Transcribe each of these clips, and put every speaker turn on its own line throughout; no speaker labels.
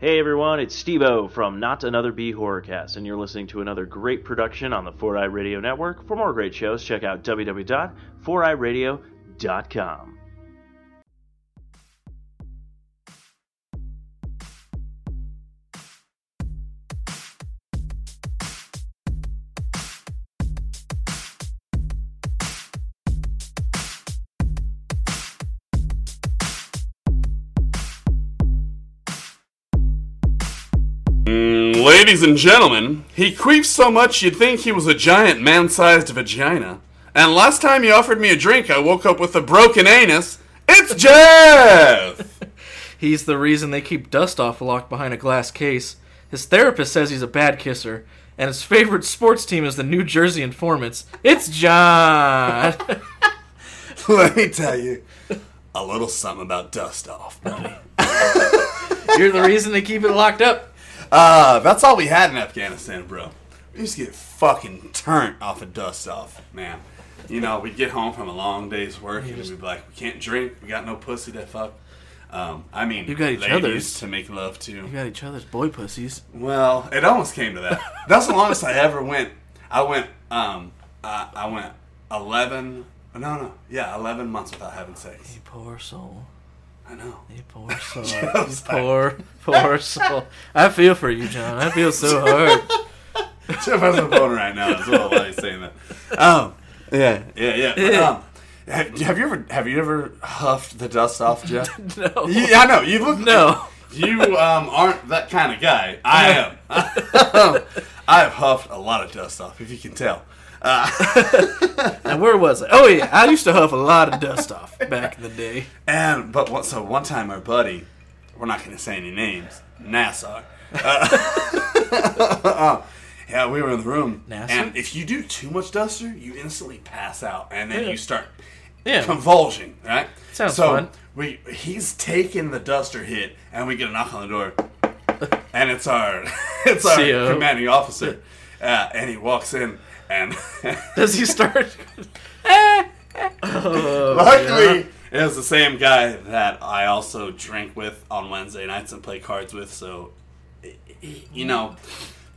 Hey everyone, it's Stebo from Not Another B Horrorcast, and you're listening to another great production on the 4i Radio Network. For more great shows, check out www.4iradio.com.
Ladies and gentlemen, he creeps so much you'd think he was a giant man sized vagina. And last time he offered me a drink, I woke up with a broken anus. It's Jeff!
He's the reason they keep Dustoff locked behind a glass case. His therapist says he's a bad kisser, and his favorite sports team is the New Jersey Informants. It's John.
Let me tell you a little something about dust off, buddy.
You're the reason they keep it locked up.
Uh, that's all we had in Afghanistan, bro. We used to get fucking turned off of dust off, man. You know, we'd get home from a long day's work and we'd be like, we can't drink, we got no pussy to fuck. Um, I mean,
You got each
ladies
other's.
to make love to.
You got each other's boy pussies.
Well, it almost came to that. That's the longest I ever went. I went, um, uh, I went eleven. No, no, yeah, eleven months without having sex.
You poor soul.
I know.
You poor soul. you poor, poor soul. I feel for you, John. I feel so hard.
Jeff has a phone right now as well while he's saying that. Um, yeah, yeah, yeah. But, um, have, have you ever have you ever huffed the dust off, Jeff?
No.
You- I know you look.
No.
you um, aren't that kind of guy. I am. Um, I have huffed a lot of dust off, if you can tell.
And where was I? Oh, yeah. I used to huff a lot of dust off back in the day.
And but one, so one time, our buddy, we're not going to say any names, Nassar. Uh, yeah, we were in the room,
Nassar?
and if you do too much duster, you instantly pass out, and then
Yeah.
you start
Yeah.
convulsing. Right?
Sounds
so
fun.
We he's taking the duster hit, and we get a knock on the door, and it's our it's our
CO.
commanding officer, uh, and he walks in, and
Does he start?
Luckily, it was the same guy that I also drank with on Wednesday nights and play cards with. So, you know,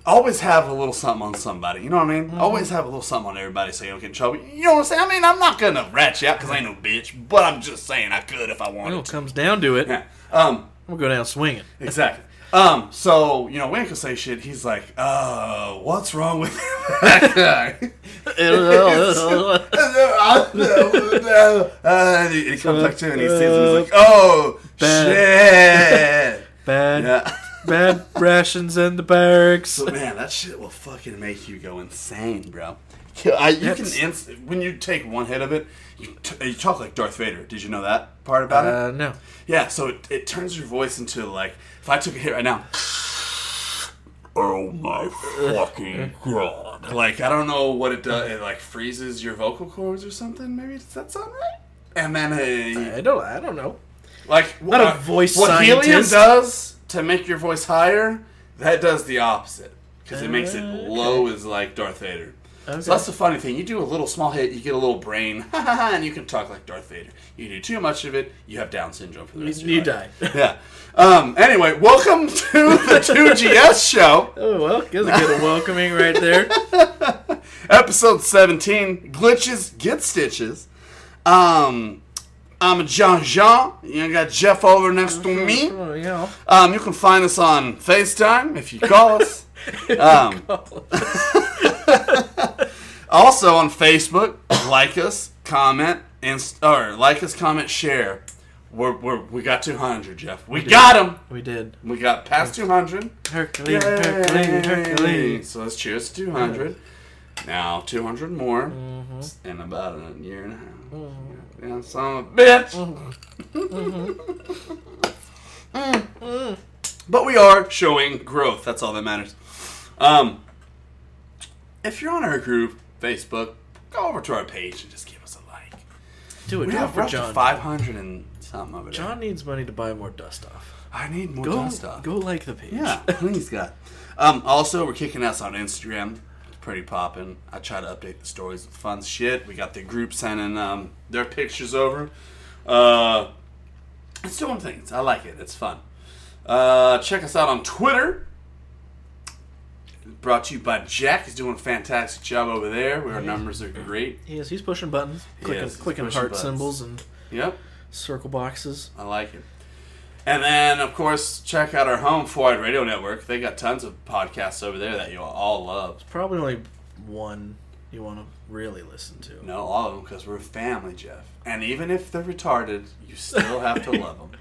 always have a little something on somebody. You know what I mean? Always have a little something on everybody so you don't get in trouble. You know what I'm saying? I mean, I'm not gonna rat you out because I ain't no bitch, but I'm just saying I could if I
When
wanted
it
to.
comes down to it,
Yeah. Um,
I'm gonna go down swinging.
exactly. Um, so you know, we ain't gonna say shit. He's like, "Uh, what's wrong with that guy?"
That's
uh, and he, he comes up to him and he sees him. He's like, "Oh shit!"
bad,
Yeah.
bad rations in the barracks.
But man, that shit will fucking make you go insane, bro. Kill- I, you can
That's-
inst- when you take one hit of it, you, t- you talk like Darth Vader. Did you know that part about
Uh,
it?
no.
Yeah, so it, it turns your voice into like if I took a hit right now. Oh my fucking god! Like I don't know what it does. It like freezes your vocal cords or something. Maybe does that sound right? And then uh,
I don't. I don't know.
like
not a voice
What helium
scientist.
does to make your voice higher, that does the opposite because it makes it low as like Darth Vader.
Okay.
So that's the funny thing. You do a little small hit, you get a little brain, and you can talk like Darth Vader. You do too much of it, you have Down syndrome for the rest of your
You
life.
die.
Yeah. Um, anyway, welcome to the 2GS show,
Oh well, that's a good welcoming right there.
episode 17 Glitches Get Stitches. Um, I'm Jean Jean. You got Jeff over next to me.
Well, you know,
Um, you can find us on FaceTime if you call us. Um, also on Facebook, like us, comment, and or like us, comment, share. We're, we're, we got 200, Jeff. We, got 'em. got them.
we did.
We got past 200.
Hercules, Hercules, Hercules.
So let's cheers to 200. Now 200 more
Mm-hmm.
in about a year and a half. Yeah, son of a bitch.
Mm-hmm.
Mm. But we are showing growth. That's all that matters. Um, if you're on our group, Facebook, go over to our page and just give us a like.
Do a
We
job
have
for
up to
John.
500 and something over there.
John needs money to buy more dust off.
I need more
Go,
John stuff.
go like the page.
Yeah, please God. Um, also, we're kicking ass on Instagram. It's pretty poppin'. I try to update the stories with fun shit. We got the group sending um, their pictures over. Uh, it's doing things. I like it. It's fun. Uh, check us out on Twitter. Brought to you by Jack. He's doing a fantastic job over there. Our numbers are great.
He is. He's pushing buttons, clicking,
is, he's
clicking
pushing
heart
buttons.
symbols and
Yep,
circle boxes.
I like it. And then, of course, check out our home, Forward Radio Network. They got tons of podcasts over there that you all love.
Probably only one you want to really listen to.
No, all of them, because we're family, Jeff. And even if they're retarded, you still have to love them.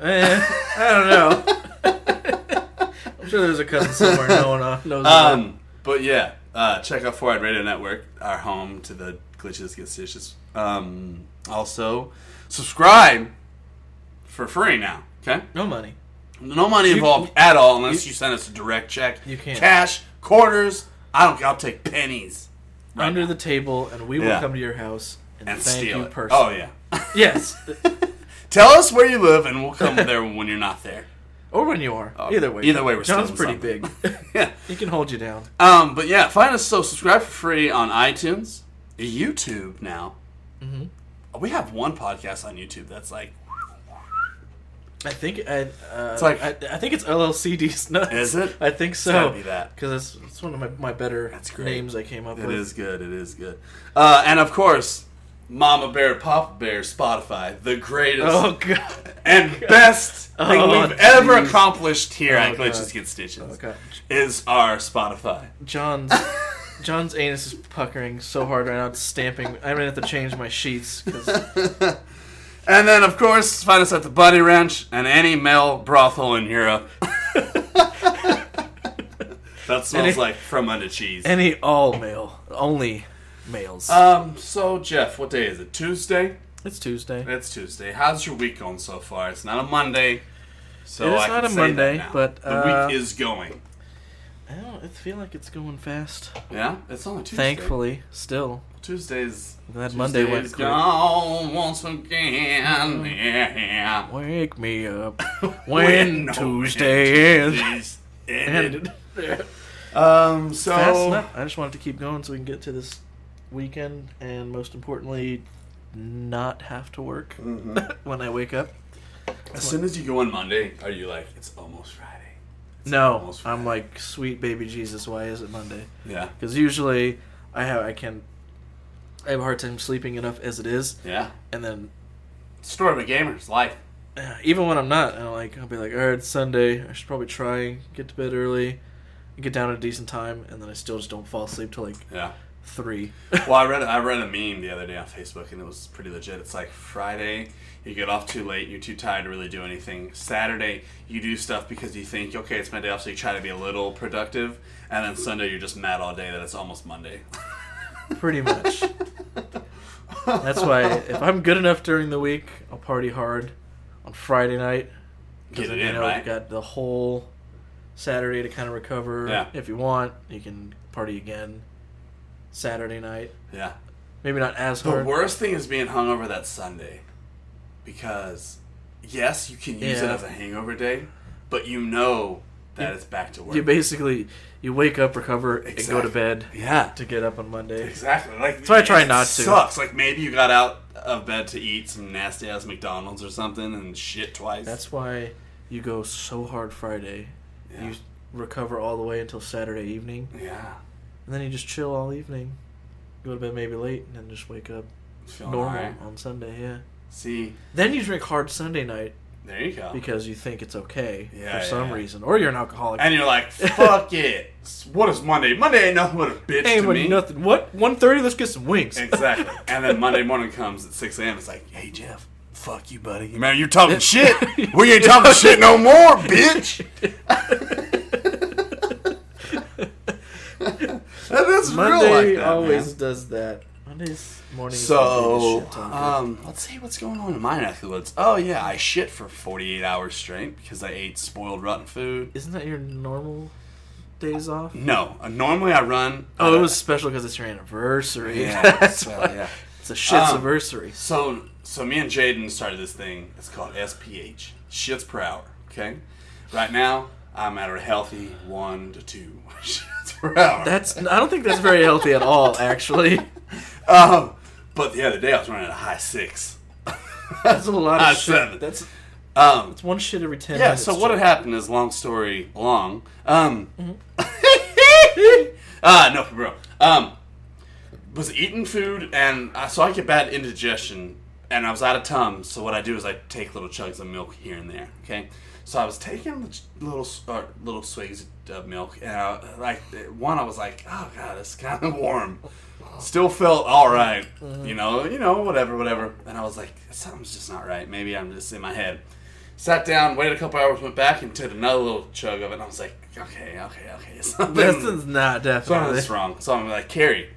Eh, I don't know. I'm sure there's a cousin somewhere no one uh, knows. about.
Um, but yeah, uh, check out Forward Radio Network, our home to the glitches get stitches. Um, also, subscribe for free now. Okay,
no money.
no money
You-
involved at all unless you, send us a direct check.
You can't.
cash, quarters. I don't. I'll take pennies. Right
Under
now.
the table, and we will
Yeah.
come to your house and,
and
thank
steal
you
it.
personally.
Oh yeah.
Yes,
Tell us where you live, and we'll come there when you're not there.
or when you are. either way.
Oh, either way, we're
John's
stealing
pretty
something.
big.
yeah.
he can hold you down.
Um, but yeah, find us so subscribe for free on iTunes, YouTube now.
Mm-hmm.
We have one podcast on YouTube that's like,
I think I. Uh, it's
like-
like I, I think it's LLCD's nuts.
Is it?
I think so.
gotta be that.
because it's, it's one of my, my better
That's great.
names I came up
it
with.
is good, it is good. Uh, and of course, Mama Bear, Papa Bear, Spotify, the greatest
Oh god.
and best thing
Oh,
we've ever
geez.
accomplished here at
God.
Glitches Get Stitches
Oh god.
is our Spotify.
John's John's anus is puckering so hard right now. It's stamping. I'm gonna have to change my sheets because
And then, of course, find us at the Buddy Ranch and any male brothel in Europe. that smells
Any-
like from under cheese.
any all male, only males.
Um, so Jeff, what day is it? Tuesday?
it's Tuesday.
It's Tuesday. How's your week going so far? It's not a Monday. So
It is
I can
not a
say
Monday,
that now.
but,
the
uh,
week is going.
I don't I feel like it's going fast.
Yeah, it's only Tuesday.
Thankfully, still.
Tuesday's
I'm glad Monday went
Tuesday's
quick.
gone once again. Yeah.
Wake me up
When
when Tuesday is.
Tuesday's ended.
Ended.
Um. So
Fast enough. I just wanted to keep going so we can get to this weekend and most importantly, not have to work when I wake up.
as soon as you go on Monday, are you like it's almost Friday?
No,
almost
I'm like, sweet baby Jesus, why is it Monday?
Yeah.
Because usually I have I can I have a hard time sleeping enough as it is,
Yeah.
and then
Story of a gamer's life.
uh, even when I'm not, I'm like I'll be like, all right, it's Sunday. I should probably try get to bed early, and get down at a decent time, and then I still just don't fall asleep till like
Yeah.
three.
Well, I read I read a meme the other day on Facebook, and it was pretty legit. It's like Friday, you get off too late, you're too tired to really do anything. Saturday, you do stuff because you think, okay, it's my day off, so you try to be a little productive. And then Sunday, you're just mad all day that it's almost Monday.
Pretty much. That's why if I'm good enough during the week, I'll party hard on Friday night.
Get
then,
it
you
in,
know,
right?
You've got the whole Saturday to kind of recover.
Yeah.
If you want, you can party again Saturday night.
Yeah.
Maybe not as
The
hard.
worst thing is being hungover that Sunday, because yes, you can use it
Yeah.
as a hangover day, but you know that it's back to work.
You basically you wake up, recover, and go
Exactly.
to bed
yeah.
to get up on Monday.
Exactly. Like that's
why I try not to.
Sucks. Like maybe you got out of bed to eat some nasty ass McDonald's or something and shit twice.
That's why you go so hard Friday.
yeah.
You recover all the way until Saturday evening,
yeah.
and then you just chill all evening. Go to bed maybe late, and then just wake up
Feeling
normal
alright.
on Sunday. Yeah.
See,
Then you drink hard Sunday night
there you go.
because you think it's okay
Yeah,
for
yeah,
some
yeah.
reason, or you're an alcoholic.
and you're like, fuck it. What is Monday? Monday ain't nothing but a bitch
Hey,
to
what-
me.
nothing. What? One thirty? Let's get some wings.
Exactly. and then Monday morning comes at 6 a.m. It's like, hey, Jeff, fuck you, buddy. Man, you're talking shit. We ain't talking shit no more, bitch. That is real like
Monday
that,
always
man.
does that. uh, Monday's morning. is my
So,
biggest shit talker.
um, let's see what's going on in mine afterwards. Oh yeah, I shit for 48 hours straight because I ate spoiled rotten food.
isn't that your normal days off?
No, uh, normally I run.
Oh,
uh,
it was special because it's your anniversary.
Yeah,
That's
so,
why.
yeah.
It's a shit's anniversary.
So, so me and Jaden started this thing. It's called SPH, shits per hour. Okay, right now I'm at a healthy one to two shits per hour.
That's. I don't think that's very healthy at all. Actually,
um, but the other day I was running at a high six.
that's a lot of
I
shit.
said it.
That's
Um,
It's one shit every ten.
yeah,
minutes,
so what
Joe.
had happened is long story long. Um, ah, no, for real. Um, was eating food, and I, so I get bad indigestion, and I was out of Tums, so what I do is I take little chugs of milk here and there, okay? So I was taking the ch- little s- or little swigs of milk, and I, like one, I was like, "Oh God, it's kind of warm." Still felt all right, you know, you know, whatever, whatever. And I was like, "Something's just not right. Maybe I'm just in my head." Sat down, waited a couple hours, went back and did another little chug of it. And I was like, "Okay, okay, okay, something,
Hmm. That's not definitely.
something's wrong." So I'm like, "Carrie,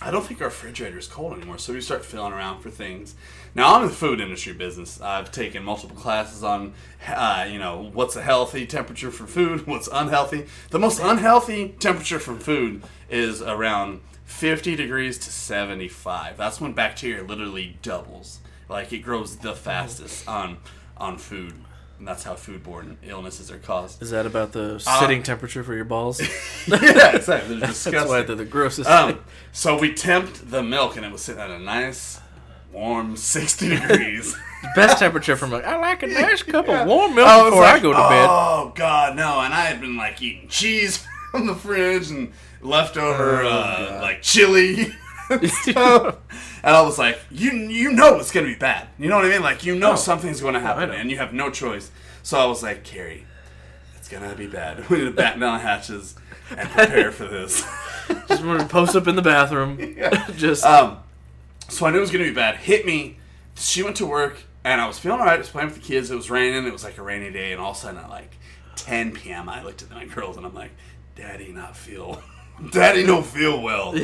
I don't think our refrigerator is cold anymore, so we start feeling around for things. Now I'm in the food industry business. I've taken multiple classes on, uh, you know, what's a healthy temperature for food, what's unhealthy. The most unhealthy temperature from food is around 50 degrees to 75. That's when bacteria literally doubles. Like it grows the fastest
Oh.
on on food, and that's how foodborne illnesses are caused.
Is that about the sitting temperature for your balls?
yeah, exactly. They're
That's
disgusting.
why they're the grossest.
Um, so we temped the milk, and it was sitting at a nice, warm 60 degrees.
Best temperature for milk. I like a nice cup of warm milk
I was
before I
like,
go to bed.
Oh, God, no. And I had been, like, eating cheese from the fridge and leftover,
Oh,
uh, like, chili. and stuff. And I was like, you you know it's going to be bad. You know what I mean? Like, you know something's going to happen,
know.
and you have no choice. So I was like, Carrie, it's going to be bad. We need to batten down the hatches and prepare for this.
Just want to post up in the bathroom. Just
Um, so I knew it was gonna be bad. Hit me. She went to work, and I was feeling alright. I was playing with the kids. It was raining. It was like a rainy day, and all of a sudden at like 10 p.m., I looked at my girls, and I'm like, "Daddy, not feel. Daddy, don't feel well.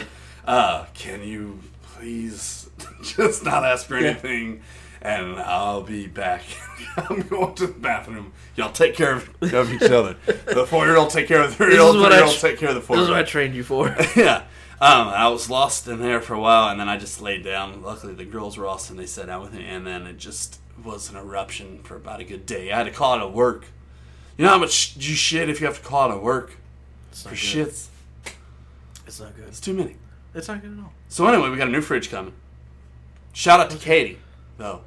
Uh, can you please just not ask for anything?" And I'll be back. I'm going to the bathroom. Y'all take care of, of each other. The four-year-old take care of the three-year-old.
is what I
Three-year-old
tr-
take care of the
this
four-year-old
is what I trained you for.
yeah. Um, I was lost in there for a while, and then I just laid down. Luckily, the girls were awesome. They sat out with me, and then it just was an eruption for about a good day. I had to call out of work. You know how much sh- you shit if you have to call out of work
It's
for
not good.
shits?
It's not good.
It's too many.
It's not good at all.
So anyway, we got a new fridge coming. Shout out to Katie, though,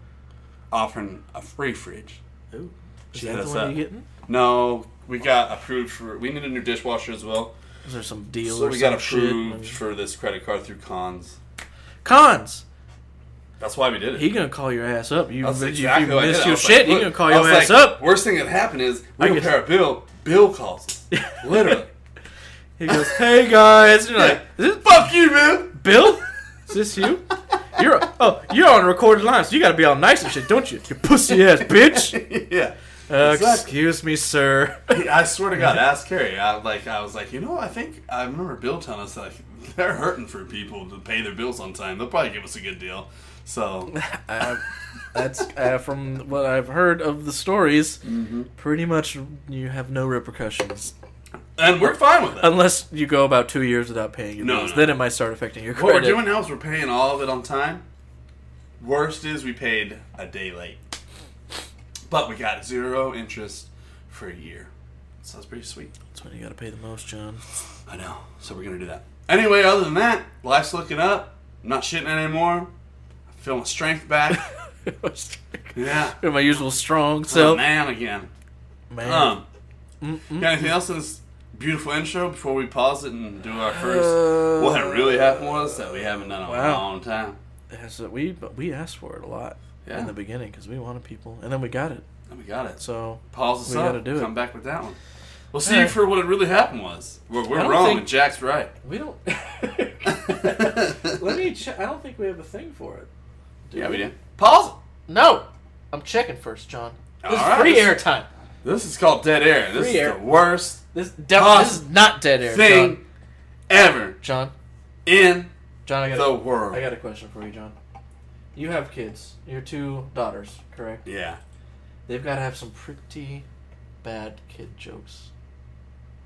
offering a free fridge.
Ooh. Is
She
that
hit
the
us
one
up.
you getting?
No, we got approved for. We need a new dishwasher as well,
Is there some deal
so
or
we
some
got approved
shit?
for this credit card through Cons.
Cons.
That's why we did it.
He gonna call your ass up. You,
That's
you,
exactly
you
what I did.
missed
I
your
was
shit.
like,
he gonna
look,
call
I
your
was
ass
like,
up.
Worst thing that happened is we
I
don't
guess-
pay our bill. Bill calls us. Literally.
He goes, "Hey guys," and you're like, "Is this
Fuck you, man.
Bill? Is this you? You're oh, you're on a recorded line, so you gotta be all nice and shit, don't you? You pussy ass bitch.
yeah.
Uh,
Exactly.
excuse me, sir.
I swear to God, ask Carrie. I like. I was like, you know, I think I remember Bill telling us like they're hurting for people to pay their bills on time. They'll probably give us a good deal. So
Uh, that's uh, from what I've heard of the stories. Pretty much, you have no repercussions
and we're fine with it.
unless you go about two years without paying your
No,
bills.
no,
then
no.
it might start affecting your
What
credit.
we're doing now is we're paying all of it on time. Worst is we paid a day late, but we got zero interest for a year. So that's pretty sweet.
That's when you gotta pay the most, John.
I know. So we're gonna do that. Anyway, other than that, life's looking up. I'm not shitting anymore. I feel my strength back. yeah.
my usual strong
So
self,
Oh, man again.
man.
Um.
Mm-hmm.
Got anything else in this beautiful intro before we pause it and do our first?
Uh,
what really happened was that we haven't done in a
Wow.
long time.
Yeah, so we but we asked for it a lot
Yeah.
in the beginning because we wanted people, and then we got it.
And we got it. So
So
pause this
we
up.
gotta do it.
come back with that one. We'll see
Alright.
for what it really happened was. We're,
I
we're
don't
wrong
think-
and Jack's right.
we don't. me check. I don't think we have a thing for it.
yeah, we did. Pause. it.
No, I'm checking first, John. This is
Alright.
free air time.
This is called dead air. This
Free
is
air.
the worst
This def-
Pause.
this is not dead air,
thing ever
John. John.
in
John, I got
the
a,
world.
I got a question for you, John. You have kids. Your two daughters, correct?
Yeah.
They've got to have some pretty bad kid jokes.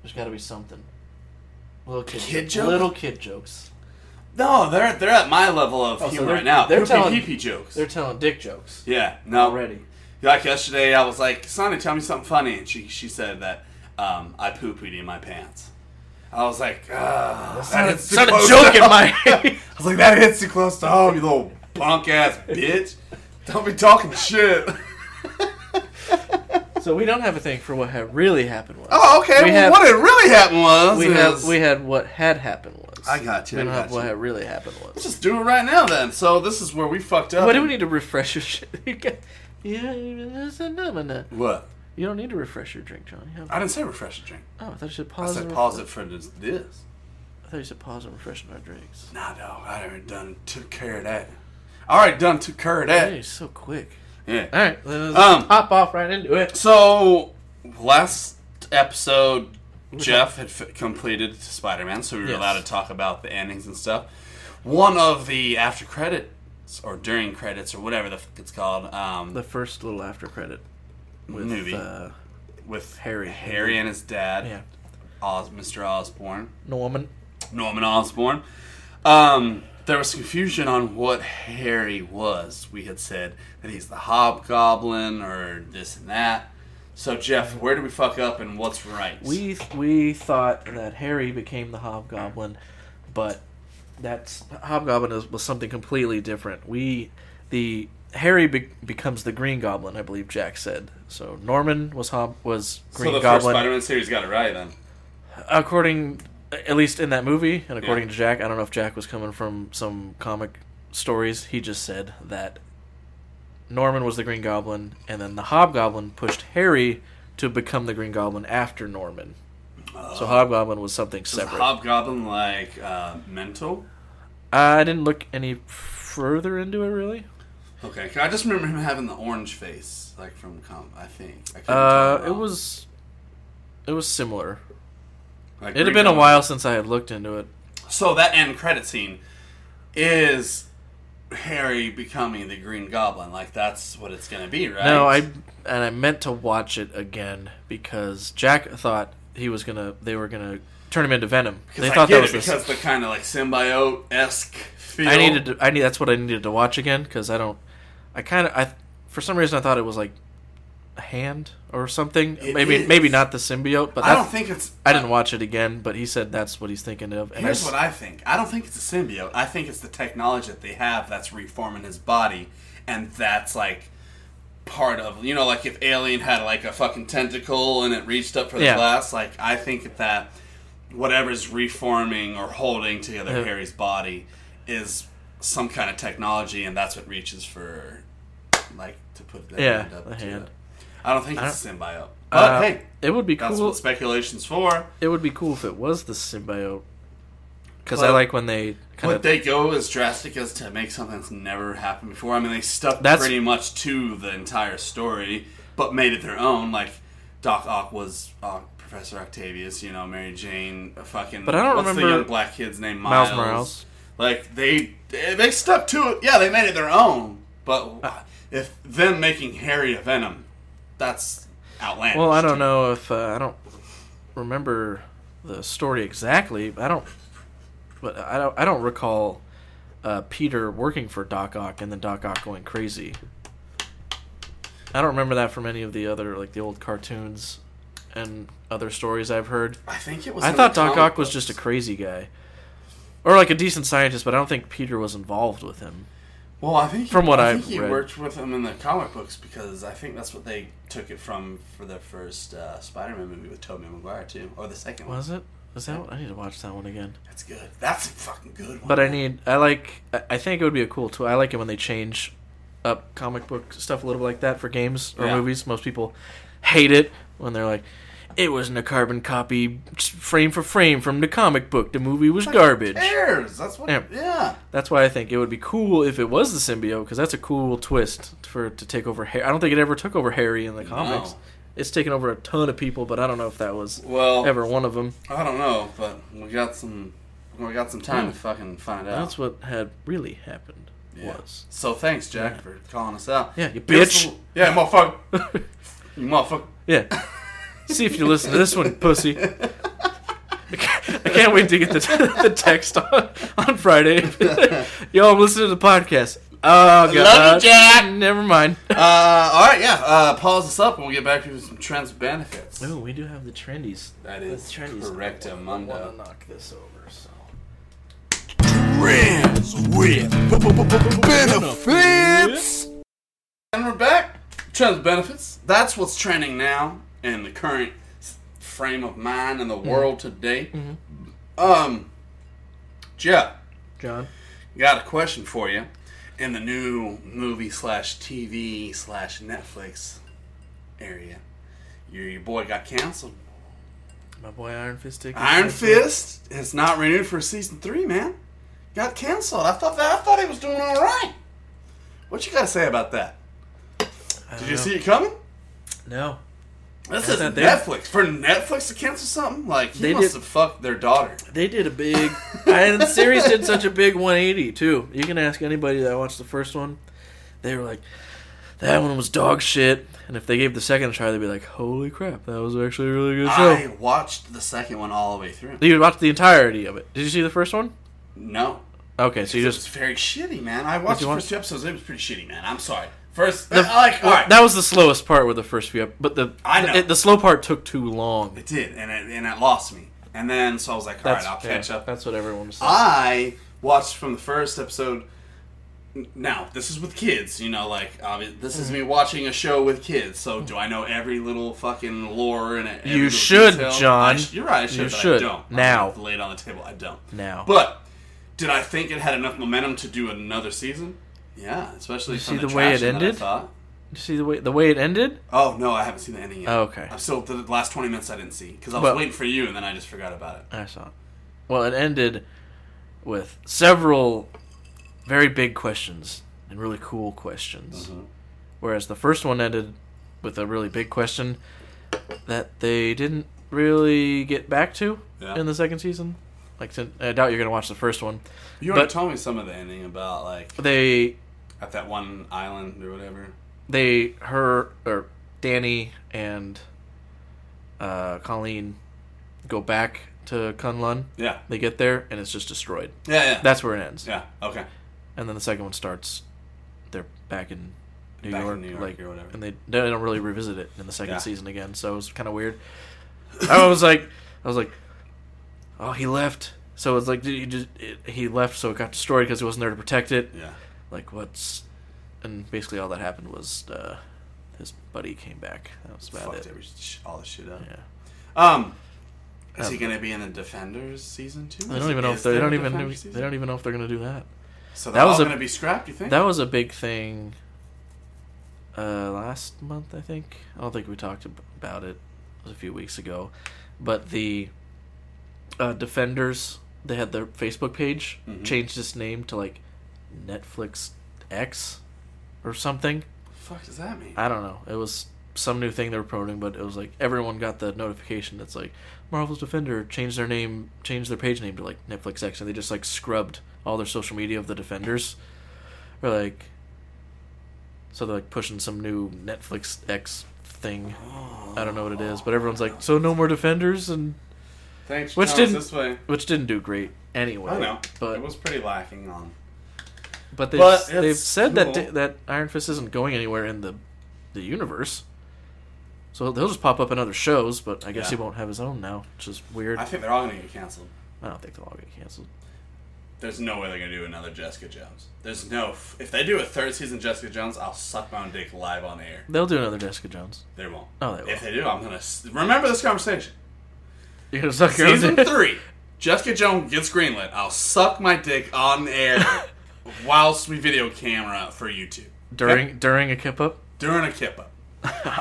There's got to be something. Little kid,
Kid
jo-
joke?
Little kid jokes.
No, they're they're at my level of
Oh, so
humor
they're-
right now.
they're
They're
telling-
telling pee jokes.
They're telling dick jokes
yeah, no.
already.
Like yesterday, I was like, "Sonny, tell me something funny," and she she said that um, I poo pooed in my pants. I was like, "Ah, that hits
It's
too
not a
close
joke
to
in my.
home." I was like, "That hits too close to home, you little punk ass bitch. Don't be talking shit."
So we don't have a thing for what had really happened was.
Oh, okay.
We
well,
have-
what had really happened was
we
is-
have we had what had happened was.
I got you,
We
I
don't
got
have what
you.
had really happened was.
Let's just do it right now then. So this is where we fucked up.
Why do we need to refresh your shit? You got- Yeah, it's a phenomena.
What?
You don't need to refresh your drink, Johnny. Have-
I didn't say refresh the drink.
Oh, I thought you should
I
pause.
said
and
pause
refresh-
it for this. this.
I thought you said pause and refresh our drinks.
Nah, dog. I already done took care of that. I already done took care of
Yeah,
that.
you're so quick.
Yeah.
All right, let's
Um,
hop off right into it.
So last episode, Jeff had f- completed Spider-Man, so we were
Yes.
allowed to talk about the endings and stuff. One of the after credits or during credits or whatever the fuck it's called, um,
The first little after credit with
Movie.
Uh,
with
Harry.
Harry and his dad,
yeah,
Oz, Mr. Osborne,
Norman.
Norman Osborn. Um, there was confusion on what Harry was. We had said that he's the Hobgoblin or this and that. So Jeff, where do we fuck up and what's right?
We we thought that Harry became the Hobgoblin, but that's Hobgoblin is, was something completely different. We the Harry be, becomes the Green Goblin, I believe Jack said. So Norman was Hob was Green
so the first
Goblin,
Spider-Man series got it right then.
according at least in that movie, and according
Yeah.
to Jack. I don't know if Jack was coming from some comic stories. He just said that Norman was the Green Goblin, and then the Hobgoblin pushed Harry to become the Green Goblin after Norman.
Oh.
So Hobgoblin was something
Is
separate.
Hobgoblin like uh, mental?
I didn't look any further into it really.
Okay, 'cause I just remember him having the orange face, like from Com. I think. I could be
Uh,
totally
it
wrong.
was, it was similar.
Like
It had
Green
been a
Goblin.
while since I had looked into it.
So that end credit scene is Harry becoming the Green Goblin. Like that's what it's gonna be, right?
No, I and I meant to watch it again because Jack thought he was gonna. They were gonna turn him into Venom.
Because
They
I
thought
get
that was
it,
this.
because the kind of like symbiote esque feel.
I needed. To, I need. That's what I needed to watch again because I don't. I kind of. I for some reason I thought it was like a hand or something.
It
maybe
is.
maybe not the symbiote, but
I
I,
don't think it's.
I didn't watch it again. But he said that's what he's thinking of. And I
Here's
s-
what I think. I don't think it's a symbiote. I think it's the technology that they have that's reforming his body, and that's like part of you know, like if Alien had like a fucking tentacle and it reached up for the
Yeah.
glass. Like I think that whatever's reforming or holding together
Yeah.
Harry's body is some kind of technology, and that's what reaches for like to put that
Yeah,
hand up.
the
to
hand.
it. I don't think
I
it's a symbiote. But
Uh,
hey,
it would be
that's
cool.
what speculation's for.
It would be cool if it was the symbiote. Because I
But-
like when they kind
Would
of
they go as drastic as to make something that's never happened before? I mean, they stuck
That's-
pretty much to the entire story, but made it their own. Like Doc Ock was uh, Professor Octavius, you know, Mary Jane, uh, fucking.
But I don't
what's the
remember-
young black kid's name, Miles.
Miles Morales.
Like they they they stuck to it. Yeah, they made it their own. But
Uh.
uh, if them making Harry a Venom, that's outlandish.
Well, I don't
to
know if uh, I don't remember the story exactly. but I don't, but I don't. I don't recall uh, Peter working for Doc Ock and then Doc Ock going crazy. I don't remember that from any of the other like the old cartoons and other stories I've heard.
me. I think it was.
I
in
thought
the
Doc
comic
Ock was
books.
just a crazy guy, or like a decent scientist, but I don't think Peter was involved with him.
Well, I think
From what
I
I've
think he
read.
worked with them in the comic books because I think that's what they took it from for their first uh, Spider-Man movie with Tobey Maguire too, or the second one.
Was it? Is that? What? I need to watch that one again.
That's good. That's a fucking good one.
But I need. I like. I- I think it would be a cool tool. I like it when they change up comic book stuff a little bit like that for games or
Yeah.
movies. Most people hate it when they're like, "It wasn't a carbon copy, frame for frame from the comic book. The movie was garbage."
Who cares? That's what.
Yeah.
Yeah.
That's why I think it would be cool if it was the symbiote because that's a cool twist for to take over. Harry. I don't think it ever took over Harry in the comics.
No.
It's taken over a ton of people, but I don't know if that was
Well,
ever one of them.
I don't know, but we got some. We got some time to fucking find out.
That's what had really happened.
Yeah.
Was
So thanks, Jack, for calling us out.
Yeah, you
Give us
bitch.
a- yeah, motherfucker. you motherfucker.
Yeah. See if you listen to this one, pussy. I can't, I can't wait to get the, the text on, on Friday. Yo, I'm listening to the podcast. Oh, God.
you, Jack.
Never mind.
Uh, all right, yeah. Uh, pause this up, and we'll get back to some trends and benefits.
Oh, we do have the trendies.
That is
the trendies.
correct,
I
Amundo.
want to knock this over, so.
friends with benefits.
And we're back. Show's benefits. That's what's trending now in the current s- frame of mind in the world today. Um, Jeff,
John.
got a question for you. In the new movie slash TV slash Netflix area, your, your boy got canceled.
My boy Iron Fist. Dick is
Iron
next.
Fist is not renewed for season three, man. Got canceled. I thought that I thought he was doing all right. What you got to say about that?
I
Did
don't
you
know.
see it coming?
No.
This
That's
is
not there.
Netflix. For Netflix to cancel something, like he
They
must
did-
have fucked their daughter.
They did a big. and the series did such a big 180, too. You can ask anybody that watched the first one. They were like, that one was dog shit. And if they gave the second a try, they'd be like, holy crap, that was actually a really good show.
I watched the second one all the way through.
You watched the entirety of it. Did you see the first one?
No,
Okay, so you
it was
just.
very shitty, man. I watched
you
the
want-
first two episodes. It was pretty shitty, man. I'm sorry. First, like, all right,
That was the slowest part with the first few, ep- but the
I know.
the, the slow part took too long.
it did, and it, and it lost me. And then so I was like, all
That's
right, I'll
yeah,
catch up. Uh,
That's what everyone was saying.
I watched from the first episode. Now, this is with kids, you know, like, obvi- this
Mm.
is me watching a show with kids, so do I know every little fucking lore and e-, every
You
little
should,
detail?
John.
I sh- you're right, I should,
You
but
should.
I don't.
Now.
I'm Lay it on the table, I don't.
now.
But, did I think it had enough momentum to do another season? Yeah, especially
see
from the,
the way it
traction that I
ended?
thought.
you see the way the way it ended?
Oh, no, I haven't seen the ending yet.
Oh, okay.
I'm still, the last 20 minutes I didn't see, because I was
Well-
waiting for you, and then I just forgot about it.
I saw. it. Well, it ended with several very big questions and really cool questions. Whereas the first one ended with a really big question that they didn't really get back to
Yeah.
in the second season. Like, to, I doubt you're going to watch the first one.
You already
But-
told me some of the ending about, like,
They
at that one island or whatever.
they her or Danny and uh, Colleen go back to Kunlun.
Yeah,
They get there and it's just destroyed.
yeah, yeah.
That's where it ends.
yeah, okay.
And then the second one starts. They're back in New,
Back in
York,
New York
like,
or whatever.
and they they don't really revisit it in the second
Yeah.
season again. So it was kind of weird. I was like, I was like, oh, he left. So it's like did he just it, he left, so it got destroyed because he wasn't there to protect it.
Yeah,
like what's and basically all that happened was uh his buddy came back that was about
fucked
it
every sh- all the shit up.
yeah
Um, is he
Um,
gonna be in the Defenders season two?
they
Is-
don't even know
is
if they
there
don't
a
even
Defenders
they
season?
don't even know if they're gonna do that
So
that
that
was
was
a-
gonna be scrapped. You think?
that was a big thing uh last month i think i don't think we talked ab- about it it was a few weeks ago but the uh defenders they had their facebook page
Mhm.
changed its name to like netflix x or something
the fuck does that mean?
I don't know. It was some new thing they were promoting, but it was like everyone got the notification that's like Marvel's Defender changed their name, changed their page name to like Netflix X, and they just like scrubbed all their social media of the Defenders. Or like, so they're like pushing some new Netflix X thing. I don't know what it is, but everyone's like, so no more Defenders, and
Thanks.
Which
Which did
didn't-
this way?
which didn't do great anyway.
I know,
but
it was pretty lacking on.
But they've,
But
they've
it's
said that
cool.
that Iron Fist isn't going anywhere in the the universe. So they'll just pop up in other shows, but I guess
Yeah.
he won't have his own now, which is weird.
I
I,
think they're all gonna get canceled.
don't think they'll all get canceled.
There's no way they're gonna do another Jessica Jones. There's no. F- if they do a third season Jessica Jones, I'll suck my own dick live on air.
They'll do another Jessica Jones.
They won't.
Oh, they will.
If they do, I'm gonna s- remember this conversation.
You're gonna suck your own
Season
dick.
three, Jessica Jones gets greenlit. I'll suck my dick on air whilst we video camera for YouTube
during during a kip up.
during a kip up.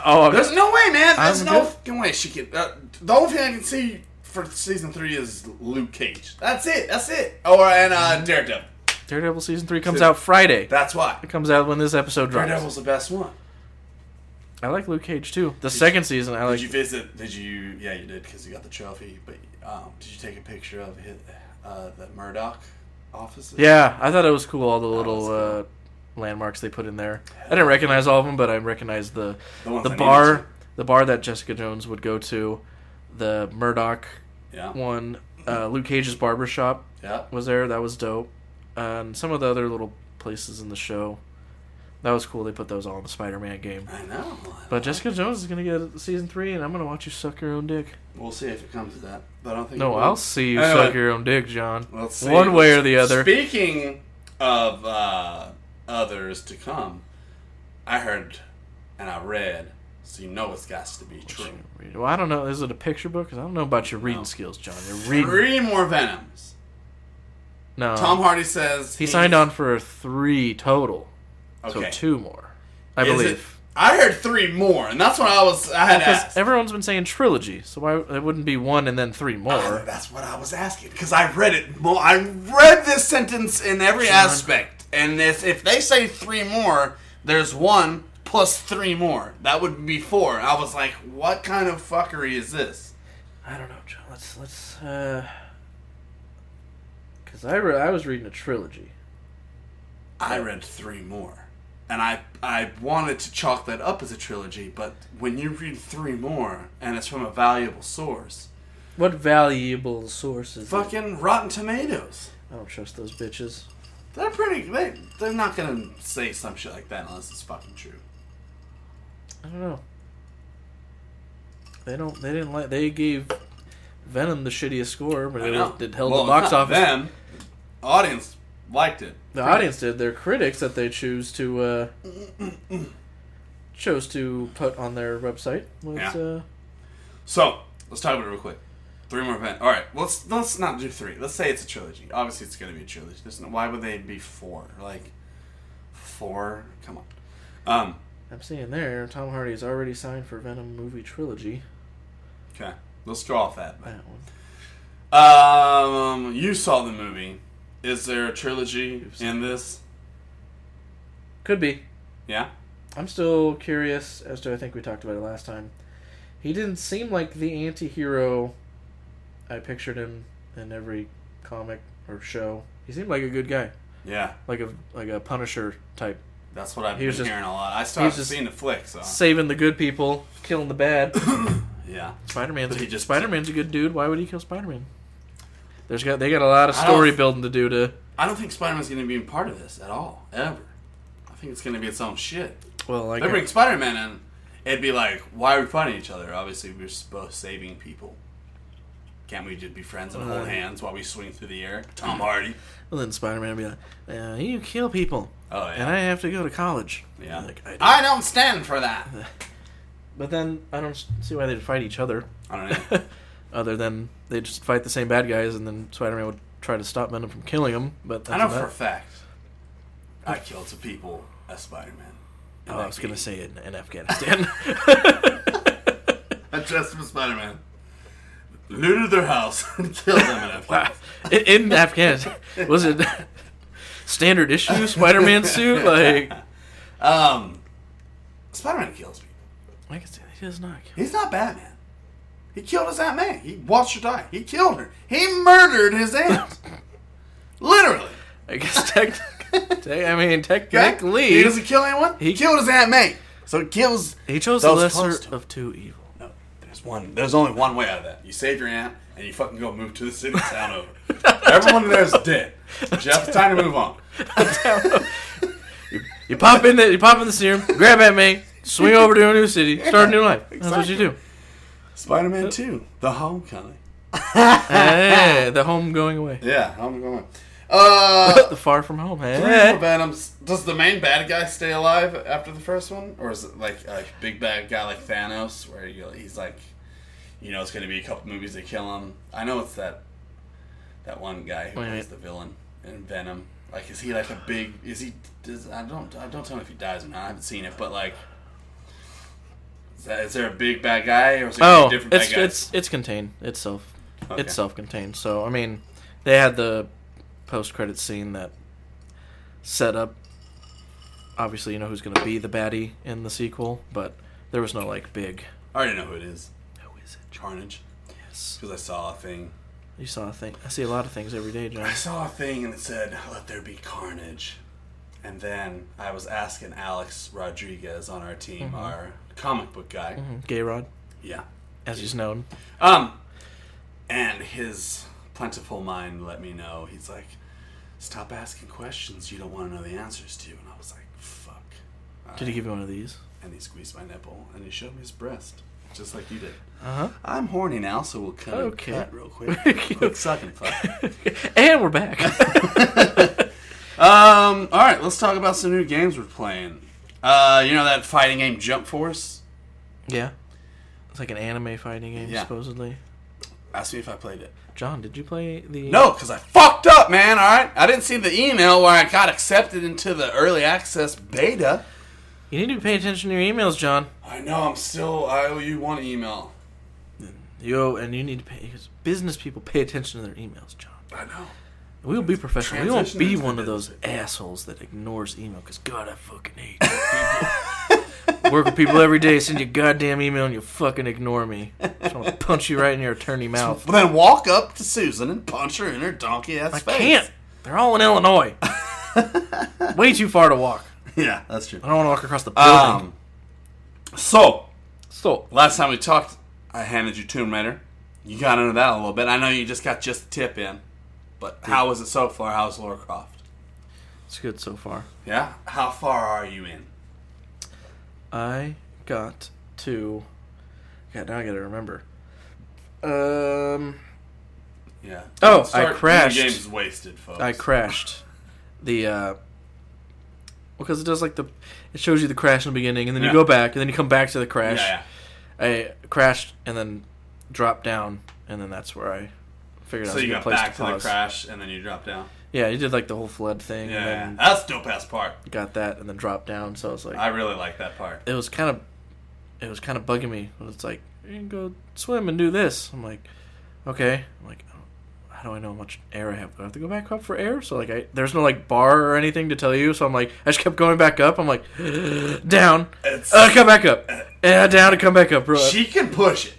Oh, I'm-
There's no way, man. There's
I'm
no
good.
fucking way she can. Uh, the only thing I can see for season three is Luke Cage. That's it. That's it. Or and
Mm-hmm.
uh, Daredevil.
Daredevil season three comes
Dude.
out Friday.
That's why
It comes out when this episode drops.
Daredevil's the best one.
I like Luke Cage too. The second season, I like.
Did you visit? Did you? Yeah, you did because you got the trophy. But um, did you take a picture of his, uh, the Murdoch offices?
Yeah, I thought it was cool all the little
was cool.
uh, landmarks they put in there. I didn't recognize all of them, but I recognized the
The
the,
ones I needed to.
bar the bar that Jessica Jones would go to, the Murdoch
Yeah.
one, uh, Luke Cage's barber shop
Yeah.
was there. That was dope, and some of the other little places in the show. That was cool. They put those all in the Spider-Man game.
I know.
But Jessica Jones is gonna get season three, and I'm gonna watch you suck your own dick.
We'll see if it comes to that. But I don't think. it
No,
will.
I'll see you
Anyway.
suck your own dick, John.
Let's see.
One way or the other.
Speaking of uh, others to come, I heard and I read, so you know it's got to be true.
Well, I don't know. Is it a picture book? 'Cause I don't know about your reading
No.
skills, John. You're reading.
Three more Venoms.
no.
Tom Hardy says
Uh, he
he's-
signed on for three total.
Okay.
So two more, I
Is it-
believe.
I heard three more, and that's when I was. I had
Because
asked.
everyone's been saying trilogy, so why it wouldn't be one and then three
Oh,
more?
that's what I was asking because I read it more. I read this sentence in every aspect, and if if they say three more, there's one plus three more. That would be four. I was like, what kind of fuckery is this?
I don't know, John. Let's let's. Because I re- I was reading a trilogy.
I read three more, and I I wanted to chalk that up as a trilogy, but when you read three more and it's from a valuable source,
What valuable sources?
fucking Rotten Tomatoes.
I don't trust those bitches.
They're pretty. They they're not gonna say some shit like that unless it's fucking true.
I don't know. They don't. They didn't like. They gave Venom the shittiest score, but
I
it,
know.
was, it held
Well,
the box
not
office.
Them audience liked it.
The audience did. Their critics that they choose to uh, chose to put on their website was
Yeah.
uh,
So let's talk about it real quick. Three more event. All right, let's let's not do three. Let's say it's a trilogy. Obviously, it's gonna be a trilogy. There's no, why would they be four? Like four? Come on. Um.
I'm seeing there. Tom Hardy is already signed for Venom movie trilogy.
Okay. Let's draw off that.
That one.
Um. You saw the movie. Is there a trilogy in this?
Could be.
Yeah.
I'm still curious as to I think we talked about it last time. He didn't seem like the anti-hero I pictured him in every comic or show. He seemed like a good guy,
Yeah.
like a like a Punisher type,
That's what I've
He
been
was just-
hearing a lot. I
he was
started
just-
seeing the flick, so
saving the good people, killing the bad.
yeah.
Spider-Man's
But he
a,
just-
Spider-Man's a good dude. Why would he kill Spider-Man? There's got they got a lot of
I don't-
story building to do to.
I don't think Spider Man's going to be a part of this at all, ever. I think it's going to be its own shit.
Well, like
If they bring Spider Man in, it'd be like, why are we fighting each other? Obviously, we're both saving people. Can't we just be friends and hold
Uh.
hands while we swing through the air? Tom Hardy.
well, then Spider-Man would be like, uh, "You kill people,
Oh, yeah.
and I have to go to college."
yeah.
Like, I do.
I don't stand for that.
but then I don't s- see why they'd fight each other.
I don't know.
other than they just fight the same bad guys, and then Spider-Man would try to stop Venom from killing him. But
I
that's
know
about-
for a fact. I killed some people as Spider Man.
oh, I was gonna say in, in Afghanistan.
I dressed as Spider Man. Looted their house and killed them in a
wow, in, in Afghanistan was it standard issue Spider-Man suit? Like
Um, Spider Man kills people.
I can say he does not. Kill.
He's not Batman. He killed his aunt May. He watched her die. He killed her. He murdered his aunt. Literally.
I guess tech, tech, I mean
Okay?
technically
he doesn't kill anyone. He
He-
killed his aunt May. So it kills.
he chose the
That was close
lesser
to him.
of two evils.
No, there's one. There's only one way out of that. You save your aunt and you fucking go move to the city town over. Everyone there's dead. Jeff, it's time to move on.
You pop in the you pop in the serum, grab at me, swing over to a new city, start a new life. That's what you do.
Spider Man 2, The Homecoming.
Hey, the home going away.
Yeah, I'm going. Uh,
The far from home. Hey.
Three more Venoms. um, Does the main bad guy stay alive after the first one, or is it like a big bad guy like Thanos, where you, he's like, you know, it's going to be a couple movies to kill him? I know it's that that one guy who
Wait,
plays
wait.
the villain in Venom. Like, is he like a big? Is he? Does I don't I don't tell me if he dies or not. I haven't seen it, but like, is, that, is there a big bad guy or is there
Oh,
a different
it's
bad guy?
it's it's contained. It's self
Okay.
it's uh, self contained. So I mean, they had the post credit scene that set up. Obviously, you know who's going to be the baddie in the sequel, but there was no like big.
I already know who it is.
Who is it?
Carnage,
Yes,
because I saw a thing.
you saw a thing. I see a lot of things every day, John.
I saw a thing and it said, "Let there be carnage," and then I was asking Alex Rodriguez on our team, our comic book guy,
Mm-hmm. Gayrod,
yeah,
as he's known.
um, and his plentiful mind let me know. He's like, "Stop asking questions you don't want to know the answers to," and I was like, "Fuck!"
Did he give you one of these?
And he squeezed my nipple and he showed me his breast, just like you did.
Uh huh.
I'm horny now, so we'll cut
Okay.
it cut real quick. quick suck and fuck.
and we're back.
Um, all right, let's talk about some new games we're playing. Uh, you know that fighting game Jump Force?
Yeah. It's like an anime fighting game,
Yeah.
supposedly.
Ask me if I played it.
John, did you play the?
No, because I fucked up, man. All right, I didn't see the email where I got accepted into the early access beta.
You need to be paying attention to your emails, John.
I know. I'm still. I owe you one email.
Yo, and you need to pay because business people pay attention to their emails, John.
I know.
We will be professional. We won't
Transition
be
into
one of those assholes that ignores email because God, I fucking hate people. Work with people every day, send you a goddamn email, and you fucking ignore me. I just want to punch you right in your attorney mouth.
Well, then walk up to Susan and punch her in her donkey ass
I
face.
can't. They're all in Illinois. Way too far to walk.
Yeah, that's true.
I don't want to walk across the building.
Um. So
so
last time we talked, I handed you Tomb Raider. You got into that a little bit. I know you just got just the tip in, but how was it so far? How's Laura Croft?
it's good so far.
Yeah. How far are you in?
I got to. God, now I gotta remember. Um,
Yeah.
Oh,
Don't start-
I crashed.
The game's wasted, folks.
I crashed. The uh, because it does like the, it shows you the crash in the beginning, and then
Yeah.
you go back, and then you come back to the
Yeah,
crash.
yeah.
I crashed and then dropped down, and then that's where I figured out
So
a
you
good
got
place
back to,
to
the
pause.
crash and then you drop down.
Yeah, you did like the whole flood thing,
Yeah,
and then
that's dope ass part.
got that, and then dropped down. So I was like,
I really like that part.
it was kind of it was kind of bugging me. It was like you can go swim and do this. I'm like, okay. I'm like, how do I know how much air I have? Do I have to go back up for air? So like, I there's no like bar or anything to tell you. So I'm like, I just kept going back up. I'm like, down,
It's-
uh, come back up, yeah, down, and come back up, bro.
She can push it,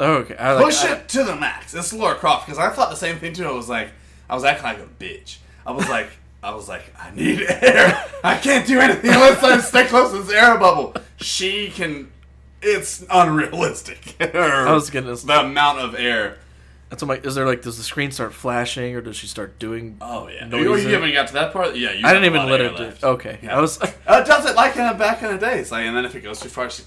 Oh, okay, I like,
push
I-
it to the max. It's Laura Croft because I thought the same thing too. I was like, I was acting like a bitch. I was like, I was like, I need air. I can't do anything unless I stay close to this air bubble. She can. It's unrealistic. I
was gonna-
the amount of air.
That's what I'm like. Is there like does the screen start flashing or does she start doing?
Oh yeah.
No,
you,
is
you
it-
haven't got to that part. Yeah, you.
I
got
didn't
a
even
lot of
let
air
her do.
left.
Okay, I was.
Uh, it does it like in back in the days, like, and then if it goes too far, she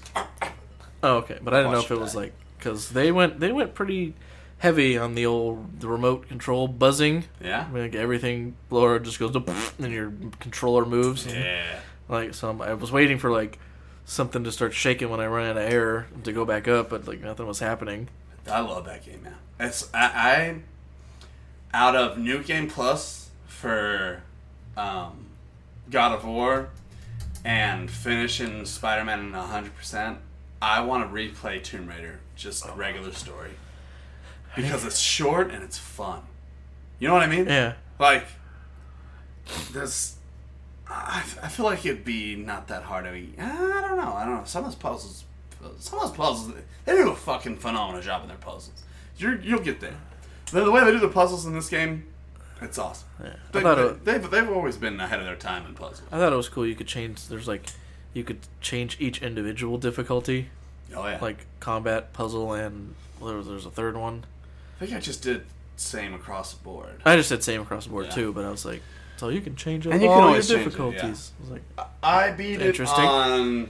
Oh, okay, but I didn't know if
Watch
it was like because they went they went pretty heavy on the old the remote control buzzing.
yeah,
I mean, like everything, Laura just goes to and then your controller moves.
yeah.
Like some, I was waiting for like something to start shaking when I ran out of air to go back up, but like nothing was happening.
I love that game, man. It's I, I out of New Game Plus for um, God of War and finishing Spider Man hundred percent. I want to replay Tomb Raider, just a regular story, because it's short and it's fun. You know what I mean?
Yeah,
Like, this. I, I feel like it'd be not that hard to eat. I don't know. I don't know. Some of those puzzles, some of those puzzles, they do a fucking phenomenal job in their puzzles. You're, you'll get there. The, the way they do the puzzles in this game, it's awesome. They,
I thought
they,
it-
they've, they've always been ahead of their time in puzzles.
I thought it was cool. You could change. There's like you could change each individual difficulty,
Oh yeah.
like combat, puzzle, and well, there was, there's a third one.
I think I just did same across the board.
I just said same across the board
Yeah.
too, but I was like, so you can change up
And you
all
can always
your
change it, yeah.
difficulties. I was like,
I beat it
Interesting.
on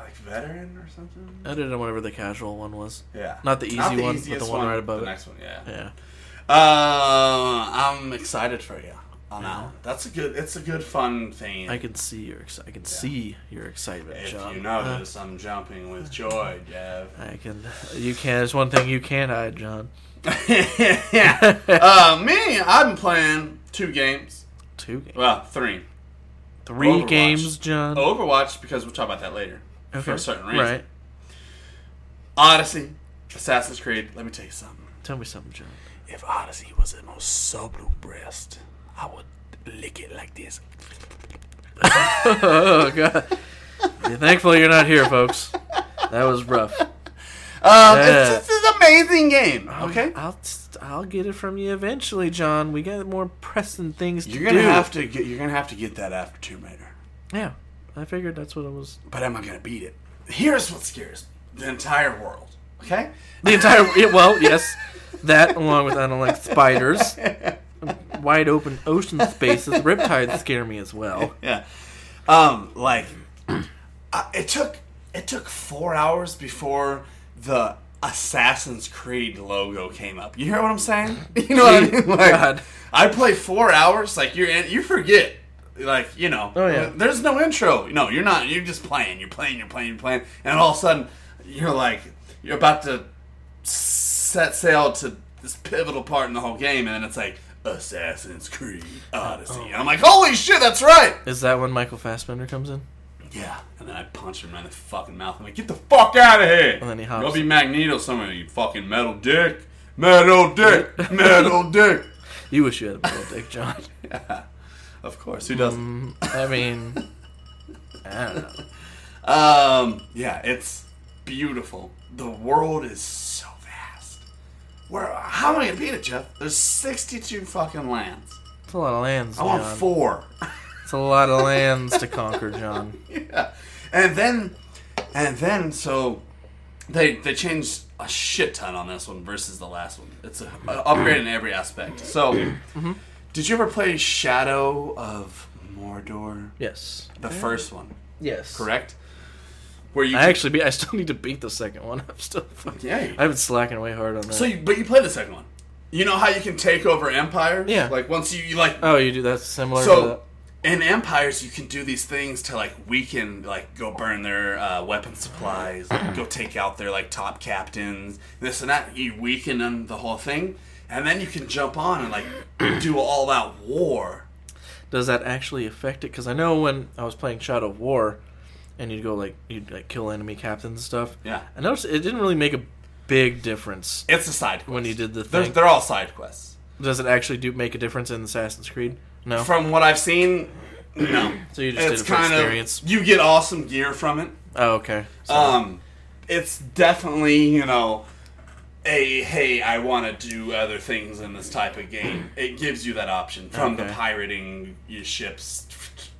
like veteran or something.
I did it on whatever the casual one was.
Yeah.
Not the easy one, but the
easiest
one right above
the
it.
next one, yeah.
Yeah,
Uh, I'm excited for you on
Yeah.
that. one. That's a good. It's a good fun thing.
I can see your ex- I can see your excitement,
if
John.
you notice,
Uh.
I'm jumping with joy, Dev.
I can. You can. There's one thing you can't hide, John.
yeah. Uh, me, I've been playing two games.
Two games.
Well, three.
Three
Overwatch.
games, John.
Overwatch because we'll talk about that later for a certain reason.
Right.
Odyssey, Assassin's Creed. Let me tell you something.
Tell me something, John.
If Odyssey was the most subtle breast, I would lick it like this.
oh God. Yeah, thankfully, you're not here, folks. That was rough.
Um,
Yeah. Um,
it's, it's an amazing game. Okay.
I'll st- I'll get it from you eventually, John. We got more pressing things to
You're gonna
do.
have to get. You're gonna have to get that after Tomb Raider.
Yeah, I figured that's what it was.
But am I gonna beat it? Here's what scares me: the entire world. Okay.
The entire yeah, well, yes, that along with I don't like spiders, wide open ocean spaces, riptides scare me as well.
Yeah. Um. Like, I, Uh, it took it took four hours before the Assassin's Creed logo came up. You hear what I'm saying? You know what I mean? Like,
God.
I play four hours. Like you're in, you forget Like you know,
Oh, yeah.
There's no intro. No, you're not. You're just playing. You're playing. You're playing. You're playing. And all of a sudden, you're like, you're about to set sail to this pivotal part in the whole game, and then it's like Assassin's Creed
Oh.
Odyssey. And I'm like, holy shit, that's right.
Is that when Michael Fassbender comes in?
Yeah. And then I punch him right in the fucking mouth. I'm like, get the fuck out of here.
And then he hops.
Go be Magneto somewhere, you fucking metal dick. Metal dick. metal dick.
You wish you had a big old dick, John.
Of course, who doesn't?
Mm, I mean, I don't know.
Um, yeah, it's beautiful. The world is so vast. Where? How am I gonna beat it, Jeff? There's 62 fucking lands.
It's a lot of lands,
I
John.
want four.
It's a lot of lands to conquer, John.
yeah, and then, and then so they they changed a shit ton on this one versus the last one. It's a, a upgrade in every aspect. So, did you ever play Shadow of Mordor?
Yes.
The first one,
Yes.
correct? Where you
I actually be. I still need to beat the second one. I'm still. Fucking,
yeah. you-
I've been slacking way hard on that.
So, you, but you play the second one. You know how you can take over empires?
Yeah.
Like once you, you like
oh, you do that's similar to
so
that.
in empires you can do these things to like weaken, like go burn their uh, weapon supplies, like, go take out their like top captains, this and that. You weaken them, the whole thing, and then you can jump on and like do all out war.
Does that actually affect it? Because I know when I was playing Shadow of War, and you'd go like you'd like kill enemy captains and stuff.
Yeah.
I noticed it didn't really make a big difference.
It's a side quest.
When you did the
they're,
thing.
they're all side quests.
Does it actually do make a difference in Assassin's Creed? No.
From what I've seen, no.
So you just did it for experience.
of you get awesome gear from it.
oh, okay. So,
Um, it's definitely you know a hey, I want to do other things in this type of game. It gives you that option from the
Okay.
pirating your ships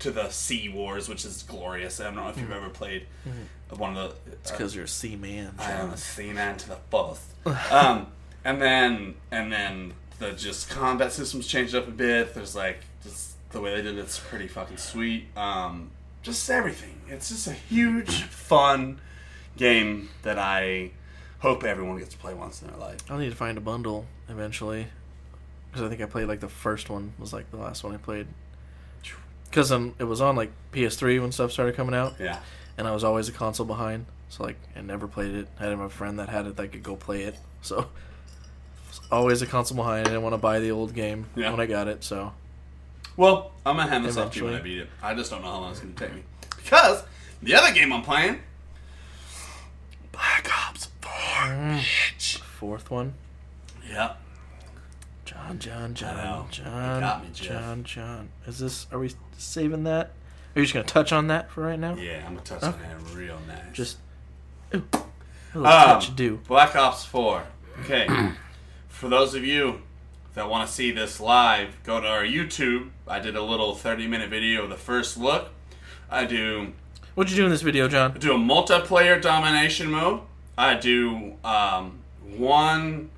to the sea wars, which is glorious. I don't know if
Mm.
you've ever played
Mm-hmm.
one of the. uh,
it's because you're a sea man.
I am a seaman to the fullest. Um, and then and then the just combat systems changed up a bit. There's like just the way they did it's pretty fucking sweet. Um, just everything. It's just a huge fun game that I hope everyone gets to play once in their life.
I'll need to find a bundle eventually. Because I think I played like the first one was like the last one I played. Because um, it was on like PS3 when stuff started coming out,
Yeah.
and I was always a console behind. So like I never played it. I had my friend that had it that could go play it. So was always a console behind. I didn't want to buy the old game
Yeah.
when I got it. So
Well, I'm gonna hand this off to you when I
Eventually.
beat it. I just don't know how long it's gonna take me because the other game I'm playing, Black Ops Four. bitch.
fourth one,
Yep.
John, John,
know.
John,
You
John,
got me, Jeff.
John, John. Is this? Are we saving that? Are you just gonna touch on that for right now?
Yeah, I'm gonna touch on that real nice.
Just ooh, a little
Um,
touch do.
Black Ops 4. Okay. For those of you that want to see this live, go to our YouTube. I did a little 30 minute video of the first look. I do
What'd you do in this video, John?
do a multiplayer domination mode. I do um, one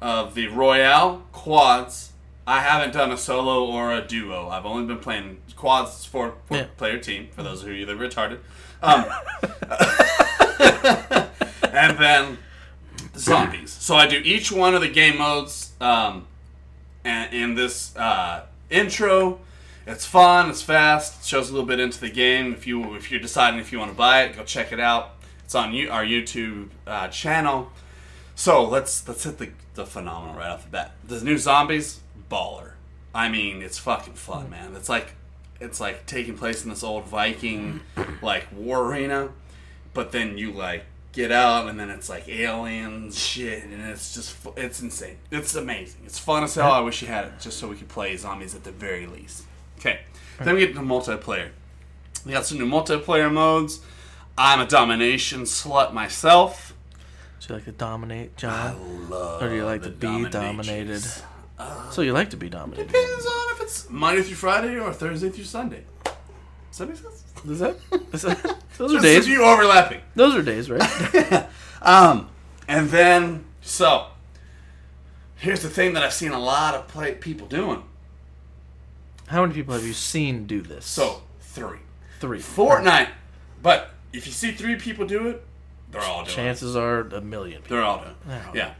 of the Royale quads. I haven't done a solo or a duo. I've only been playing quads for, for
Yeah.
player team. For those of you that are retarded, um, and then zombies. So I do each one of the game modes. Um, and in this uh, intro. It's fun. It's fast. Shows a little bit into the game. If you if you're deciding if you want to buy it, go check it out. It's on you, our YouTube uh, channel. So let's let's hit the the phenomenon right off the bat. The new zombies baller. I mean, it's fucking fun, man. It's like it's like taking place in this old Viking like war arena, but then you like get out and then it's like aliens shit and it's just fu- it's insane. It's amazing. It's fun as hell. I wish you had it just so we could play zombies at the very least. Okay, then we get to multiplayer. We got some new multiplayer modes. I'm a domination slut myself.
So you like to dominate,
I
John?
love.
Or do you like to
the
be
dominatrix. Uh,
dominated? So you like to be dominated.
Depends on if it's Monday through Friday or Thursday through Sunday. Does that make sense?
Is that? Is that those are
Just a
days.
few overlapping.
Those are days, right?
Um, and then so here's the thing that I've seen a lot of play, people doing.
How many people have you seen do this?
So three,
three.
Fortnite. But if you see three people do it, they're all doing. it.
Chances are a million. people.
They're all doing. it.
all
Yeah.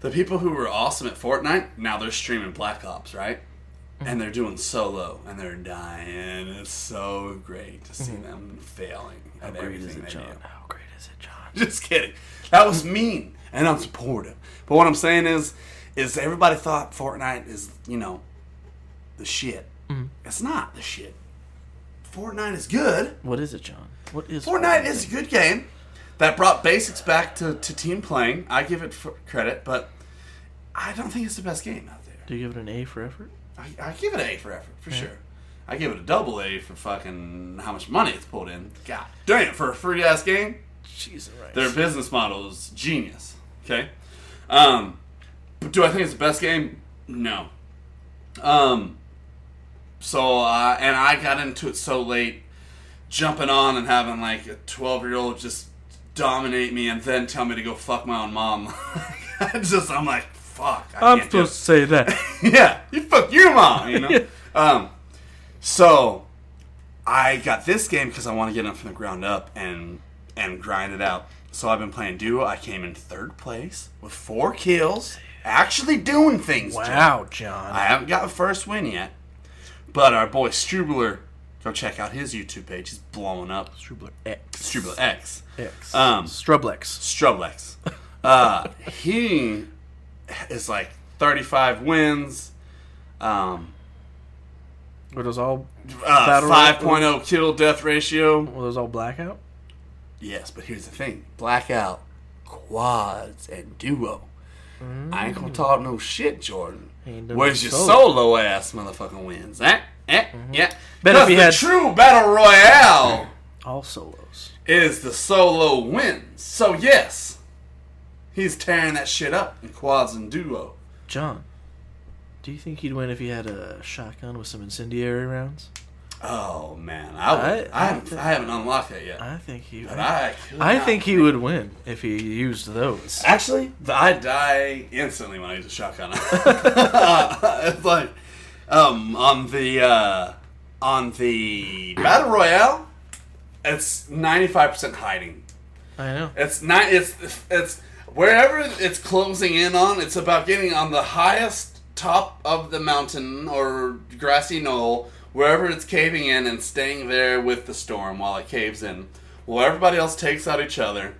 The people who were awesome at Fortnite now they're streaming Black Ops, right?
Mm-hmm.
and they're doing solo and they're dying. It's so great to see them failing
Mm-hmm. How
at
great is
everything
it,
they
John?
do.
How great is it, John?
Just kidding. That was mean and unsupportive. But what I'm saying is, is everybody thought Fortnite is you know the shit. It's not the shit. Fortnite is good.
What is it, John? What is
Fortnite is a good game that brought basics back to, to team playing. I give it f credit, but I don't think it's the best game out there.
Do you give it an A for effort?
I, I give it an A for effort, for sure. I give it a double A for fucking how much money it's pulled in. God damn, for a free ass game,
Jesus Christ.
their business model is genius. Okay? Um, but do I think it's the best game? No. Um, so, uh, and I got into it so late, jumping on and having like a 12 year old just dominate me and then tell me to go fuck my own mom. I just, I'm like, fuck. I
I'm
can't do it
supposed to say that.
yeah, you fuck your mom, you know. um, so I got this game because I want to get it from the ground up and and grind it out. So I've been playing duo. I came in third place with four kills, actually doing things. Jim.
wow, John.
I haven't got a first win yet, but our boy Strubeler, go check out his YouTube page. He's blowing up.
Strubler X.
Strubeler X.
X.
Um,
Strublex.
Strublex. Uh, he is like 35 wins, um,
Were those all
uh,
Battle
5.0 kill death ratio.
were those all blackout?
Yes, but here's the thing Blackout, quads, and duo. I ain't gonna talk no shit, Jordan.
Mm. Ain't doing
Where's your
solo. Mm-hmm.
solo ass motherfucking wins? Eh? Eh? Yeah.
Bet
Because
if he
the
had-
true battle royale
All solos.
is the solo win. So, yes, he's tearing that shit up in quads and duo.
John, do you think he'd win if he had a shotgun with some incendiary rounds?
Oh man, I would,
I-
I, haven't, I haven't unlocked that yet.
I think he.
But I, could
I
not.
think he would win if he used those.
actually, th- I die instantly when I use a shotgun. Uh, it's like um, on the uh, on the battle royale, it's ninety five percent hiding.
I know.
It's not. It's it's wherever it's closing in on. It's about getting on the highest top of the mountain or grassy knoll, wherever it's caving in, and staying there with the storm while it caves in. While everybody else takes out each other,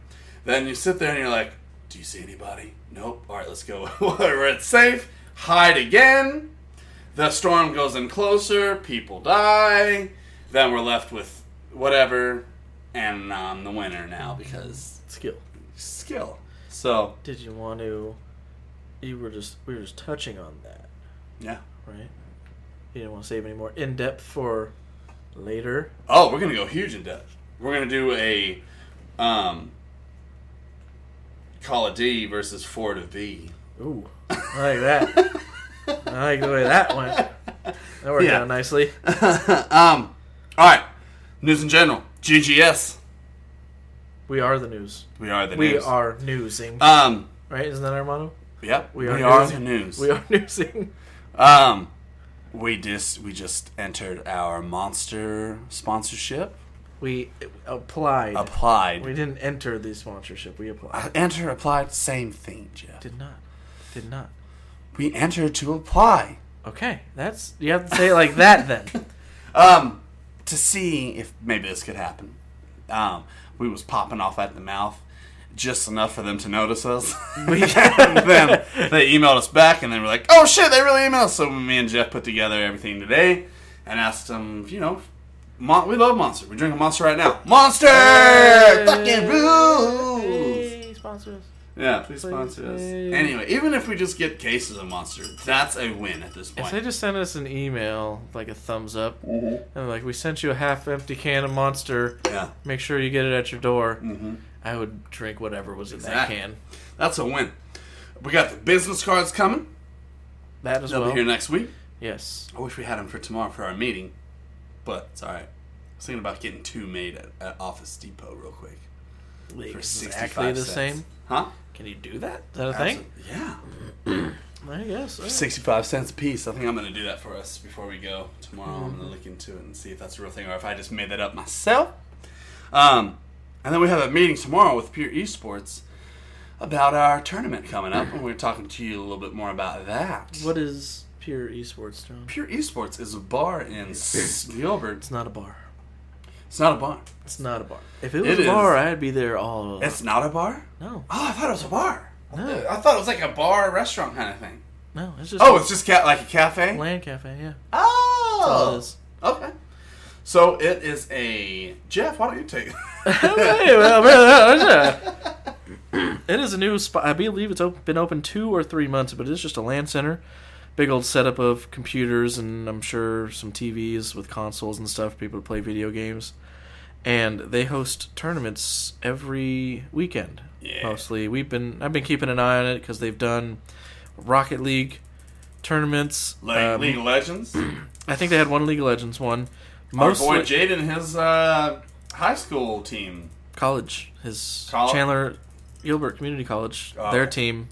then you sit there and you're like, "Do you see anybody? Nope. All right, let's go. Where it's safe, hide again." The storm goes in closer. People die. Then we're left with whatever, and I'm the winner now because
Skill.
skill. So
Did you want to? You were just we were just touching on that,
yeah.
right? You didn't want to save any more in depth for later.
Oh, we're gonna go huge in depth. We're gonna do a um, Call of D versus Ford of B.
Ooh, I like that. I like the way that went. That worked
Yeah.
out nicely.
um, all right. News in general. GGS.
We are the news.
We are the
We
news.
are newsing,
Um.
right? Isn't that our motto?
Yep.
We are news.
the news.
We are newsing.
Um. We just we just entered our monster sponsorship.
We applied.
Applied.
we didn't enter the sponsorship. We applied.
Enter applied. Same thing, Jeff.
Did not. Did not.
We entered to apply.
Okay, that's you have to say it like that then.
um, to see if maybe this could happen. Um, we was popping off at the mouth just enough for them to notice us. and then they emailed us back, and they were like, "Oh shit, they really emailed." us." So me and Jeff put together everything today and asked them, you know. Mon- we love Monster. We're drinking Monster right now. Monster! Fucking rules!
Hey, sponsors.
Yeah, please sponsor us.
Hey.
Anyway, even if we just get cases of Monster, that's a win at this
If they
point.
just sent us an email, like a thumbs up,
Mm-hmm.
and like we sent you a half-empty can of Monster,
Yeah.
make sure you get it at your door. I would drink whatever was in
Mm-hmm. Exactly.
that can.
That's a win. We got the business cards coming.
That as
They'll
well.
be here next week.
Yes.
I wish we had them for tomorrow for our meeting, but it's all right. I was thinking about getting two made at, at Office Depot real quick for
Exactly
65
the
cents.
same.
huh?
Can you do that? Is that a thing?
Absolute- Yeah,
I guess. all right.
sixty-five cents a piece. I think I'm gonna do that for us before we go tomorrow. I'm
Mm-hmm.
gonna look into it and see if that's a real thing or if I just made that up myself. Um, and then we have a meeting tomorrow with Pure Esports about our tournament coming up, and we're talking to you a little bit more about that.
What is Pure esports stone.
Pure Esports is a bar in S- Gilbert.
It's not a bar.
It's not a bar.
It's not a bar. If it was
It
a
is.
bar, I'd be there all.
It's not a bar?
no,
Oh, I thought it was a bar.
no,
I thought it was like a bar restaurant kind of thing.
no. It's just
Oh, it's Oh. just ca- like a cafe?
a land cafe. Yeah. That's all it
Oh,
is.
okay. So it is a Jeff. Why don't you take?
Okay, well, well, that was it. It is a new spot. I believe it's op- been open two or three months, but it's just a land center. Big old setup of computers and I'm sure some TVs with consoles and stuff, people to play video games. And they host tournaments every weekend.
Yeah.
Mostly, we've been I've been keeping an eye on it because they've done Rocket League tournaments.
Like
Um,
League of Legends.
I think they had one League of Legends one.
Our
Mostly
boy Jaden, his uh, high school team.
college, his
Coll-
Chandler Gilbert Community College,
Oh,
their
okay.
team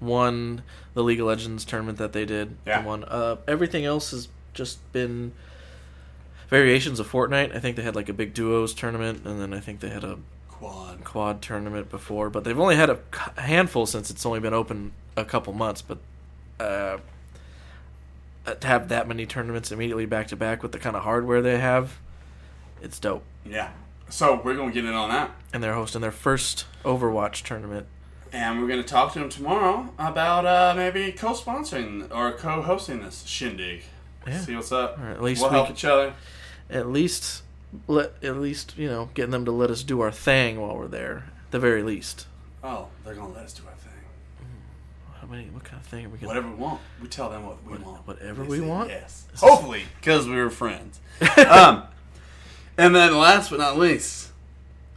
won the League of Legends tournament that they did. They
Yeah.
won. Uh, everything else has just been variations of Fortnite. I think they had like a big duos tournament, and then I think they had a
Quad.
quad tournament before, but they've only had a c- handful since it's only been open a couple months. But uh, uh, to have that many tournaments immediately back to back with the kind of hardware they have, it's dope.
Yeah. So we're gonna get in on that,
And they're hosting their first Overwatch tournament
and we're gonna talk to him tomorrow about uh, maybe co-sponsoring or co-hosting this shindig.
Yeah.
See what's up.
Or at least
we'll
we
help
could-
each other.
at least let at least you know getting them to let us do our thing while we're there at the very least
Oh, they're gonna let us do our thing.
how many what kind of thing are we gonna
Whatever we want, we tell them what we
What-
want.
whatever
They
we
say
want?
Yes.
This is-
Hopefully, because we were friends. um, and then last but not least,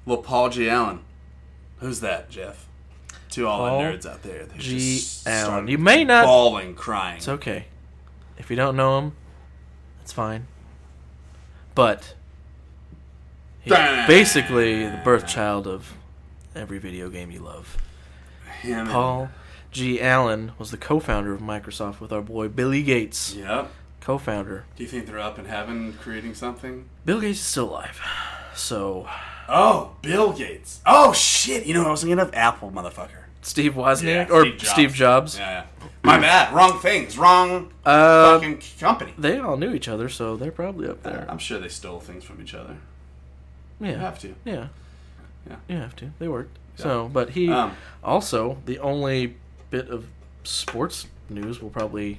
little Paul G. Allen. Who's that, Jeff? To all
Paul
the nerds out there, they
G.
just
Allen.
started
You may not-
bawling, crying.
it's okay if you don't know him that's fine but he's
Damn.
basically the birth child of every video game you love
Him and-
paul g allen was the co-founder of microsoft with our boy billy gates
Yep.
co-founder
Do you think they're up in heaven creating something?
bill gates is still alive so
Oh, Bill Gates. Oh shit! You know what I was thinking of? Apple, motherfucker.
steve wozniak or steve jobs
Yeah, yeah. My bad. Wrong things. Wrong
Uh,
fucking company.
They all knew each other, so they're probably up there.
I'm sure they stole things from each other.
Uh, yeah,
Have to.
yeah,
Yeah.
You have to. They worked. So, but he
Um.
also the only bit of sports news we'll probably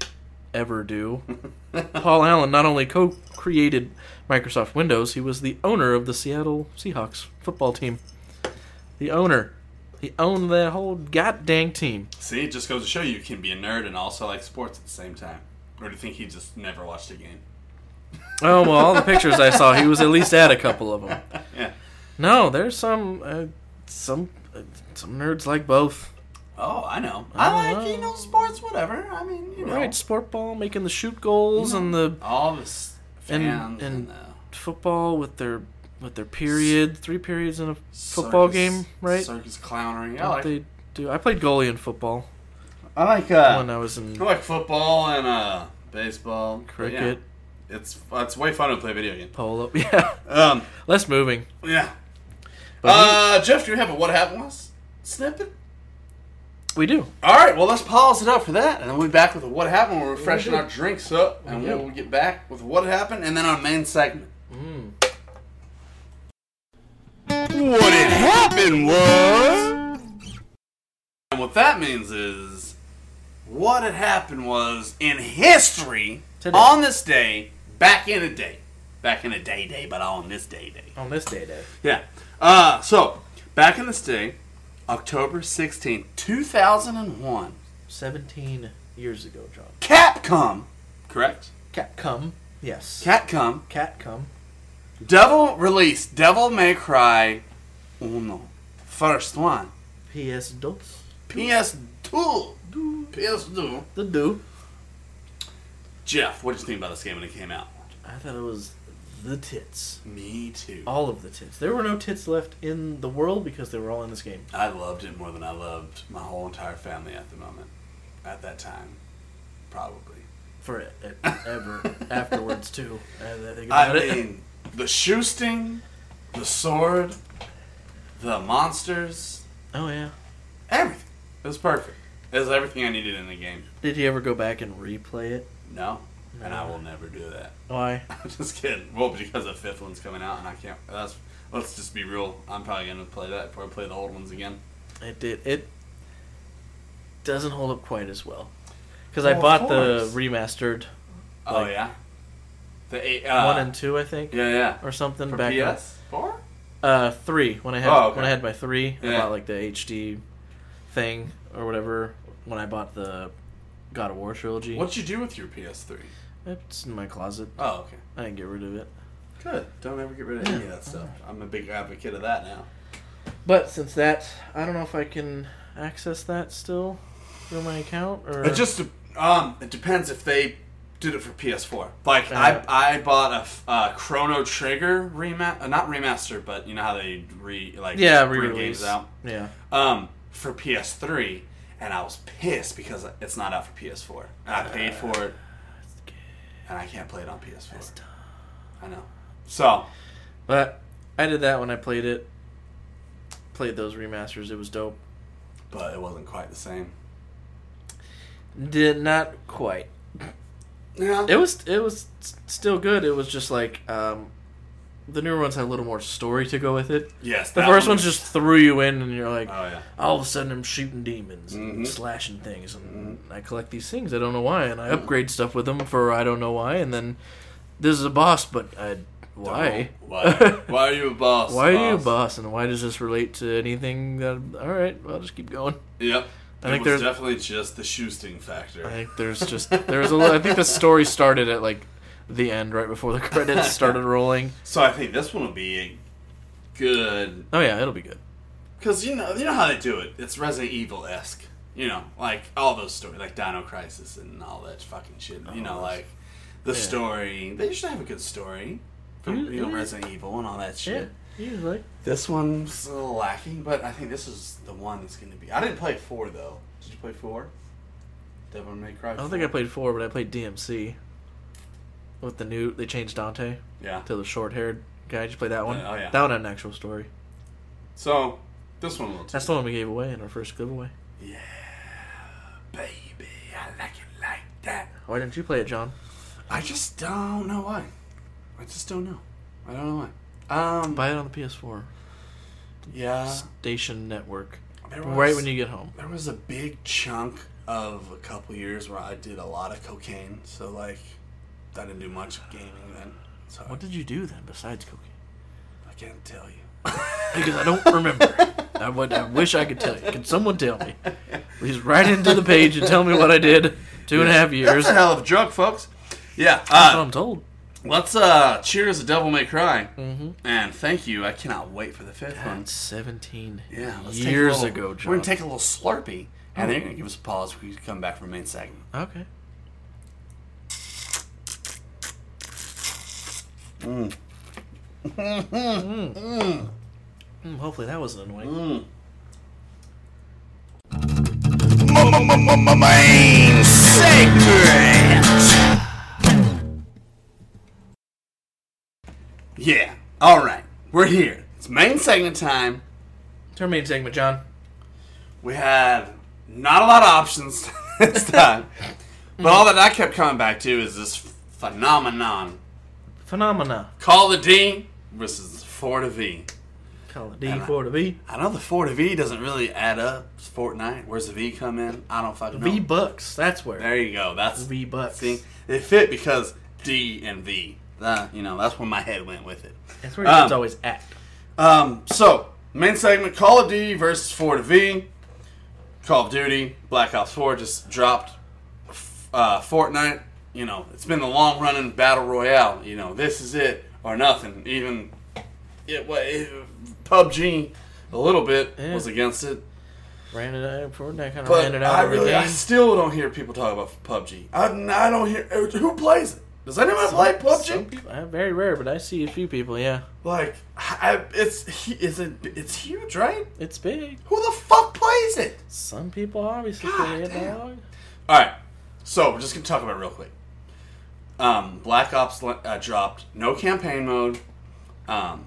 ever do. Paul Allen not only co-created Microsoft Windows, he was the owner of the Seattle Seahawks football team. The owner, he owned that whole goddamn team.
See, it just goes to show you can be a nerd and also like sports at the same time. Or do you think he just never watched a game?
Oh well, all the pictures I saw, he was at least at a couple of them.
Yeah.
No, there's some uh, some uh, some nerds like both.
Oh, I know. I like you know sports, whatever. I mean, you know,
Right, sport ball making the shoot goals and the
all the s-
And-
fans and,
and-
the
football with their with their period, three periods in a football
circus-
game, right?
Circus clownery. I
What
like.
they do. Oh, I played goalie in football
I like. Uh,
when I was in
I like football and uh, baseball, but yeah,
cricket,
it's it's way fun to play video game.
polo. Yeah,
Um,
less moving.
yeah.
But
Uh, Jeff, do you have a what happened last snippet?
we, we do.
All right, well, let's pause it up for that, and then we'll be back with what happened. We'll freshen our drinks up, and
do.
we'll get back with what happened, and then our main segment. Mm. What had happened was, and what that means is, what had happened was in history
Today.
on this day, back in a day, back in a day day, but on this day day.
On this day, day.
Yeah. Uh, so back in this day, October 16, 2001,
Seventeen years ago, John.
Capcom, correct?
Cat come. Yes.
Capcom,
Cat come.
Devil released Devil May Cry Uno, first one,
PS dos.
PS2, PS2.
The do.
Jeff, what did you think about this game when it came out?
I thought it was the tits.
Me too.
all of the tits. There were no tits left in the world because they were all in this game.
I loved it more than I loved my whole entire family at the moment, at that time, probably.
For e-, ever afterwards too. And I think
I
about it.
mean, the shoe sting, the sword, the monsters,
Oh yeah.
everything. It was perfect. It was everything I needed in the game.
Did you ever go back and replay it?
No, and I will never do that.
Why?
I'm just kidding. Well, because the fifth one's coming out, and I can't. That's let's just be real. I'm probably gonna play that before I play the old ones again.
It did. It doesn't hold up quite as well because
Well,
I
of
bought the
course.
remastered
Oh
Like-
yeah, the eight, uh,
one and two, I think,
yeah yeah
or something
for
back then.
PS four.
Uh, three. When I had
Oh, okay.
when I had my three, I
Yeah.
bought like the HD thing or whatever. When I bought the God of War trilogy,
What'd you do with your PS three?
it's in my closet.
Oh okay.
I didn't get rid of it.
Good. Don't ever get rid of any of that stuff. I'm a big advocate of that now.
But since that, I don't know if I can access that still through my account or
It just um it depends if they did it for PS4. Like
Uh-huh.
I I bought a f- uh, Chrono Trigger remaster, uh, not remaster, but you know how they re like
yeah
bring
re-release.
games out
Yeah,
um for PS3, and I was pissed because it's not out for PS4. And I paid for it, and I can't play it on PS4. I know. So
but I did that when I played it. Played those remasters. It was dope.
but it wasn't quite the same.
Did not quite.
Yeah.
It was it was s- still good. It was just like um, the newer ones had a little more story to go with it.
yes.
The
that
first
one-
ones just threw you in, and you're like,
Oh yeah.
all of a sudden I'm shooting demons
Mhm.
and slashing things, and I collect these things. I don't know why, and I upgrade stuff with them for I don't know why, and then this is a boss, but I why?
Why? Why are you a boss?
Why are you a
boss?
boss, and why does this relate to anything? That all right, well, I'll just keep going.
Yep.
I
it was
think there's-
definitely just the shoesting factor.
I think there's just there's a li- I think the story started at like the end, right before the credits started rolling.
so I think this one will be a good
Oh yeah, it'll be good.
because you know you know how they do it. It's Resident Evil esque. You know, like all those stories, like Dino Crisis and all that fucking shit. You
Oh,
know, like the story. They should have a good story. For,
Mm,
you know,
yeah.
Resident Evil and all that shit.
usually.
This one's a little lacking, but I think this is the one that's going to be. I didn't play four though. Did you play four? Devil May Cry.
I don't think I played four, but I played DMC. With the new, they changed Dante
Yeah.
to the short-haired guy. Did you play that one?
Yeah, oh, yeah.
That one had an actual story.
So this one will.
That's the one we gave away in our first giveaway.
Yeah, baby, I like it like that.
Why didn't you play it, John?
I just don't know why. I just don't know. I don't know why. Um,
Buy it on the PS4
yeah,
Station Network.
there was,
Right when you get home.
there was a big chunk of a couple years where I did a lot of cocaine, so like I didn't do much gaming then. So
What did you do then besides cooking?
I can't tell you.
Because I don't remember. I, would, I wish I could tell you. Can someone tell me? Please write into the page and tell me what I did two and a half years.
That's a
That's
hell of a drug, folks. Yeah.
what
Uh,
I'm told.
let's uh, cheers to Devil May Cry.
Mm-hmm.
And thank you. I cannot wait for the fifth one.
17
Yeah, let's take a
years
little-
ago, John. Oh.
We're gonna take a little Slurpee, and they're gonna give us a pause. We can come back for main segment.
Okay. Mm. Mm, Hopefully that wasn't annoying.
Mm. Main segment. Yeah. All right. We're here. It's main segment time.
Turn main segment, John.
We had not a lot of options this time, but all that I kept coming back to is this phenomenon:
Phenomena.
Call the D versus Ford of V.
Call it D four to V.
I know the four to V doesn't really add up. It's Fortnite. Where's the V come in? I don't fucking know.
V bucks. That's where.
There you go. That's
V bucks.
See, it fit because D and V. That you know, that's where my head went with it.
That's where your
Um,
kids always at.
Um, so main segment: Call of Duty versus Four to V. Call of Duty, Black Ops Four just dropped. F- Uh, Fortnite, you know, it's been the long running battle royale. You know, this is it or nothing. Even it, wa- it PUBG, a little bit
Yeah.
was against it.
Ran it out. Fortnite kind of
But
ran it out.
I
every
really, I
game.
still don't hear people talk about PUBG. I, I don't hear who plays it. Does anyone play PUBG?
Some people- uh, very rare, but I see a few people. Yeah,
Like, I, it's he- is it it's huge, right?
it's big.
Who the fuck plays it?
Some people obviously
God
play it.
damn.
dog.
All right, so we're just gonna talk about it real quick. Um, Black Ops uh, dropped no campaign mode. Um,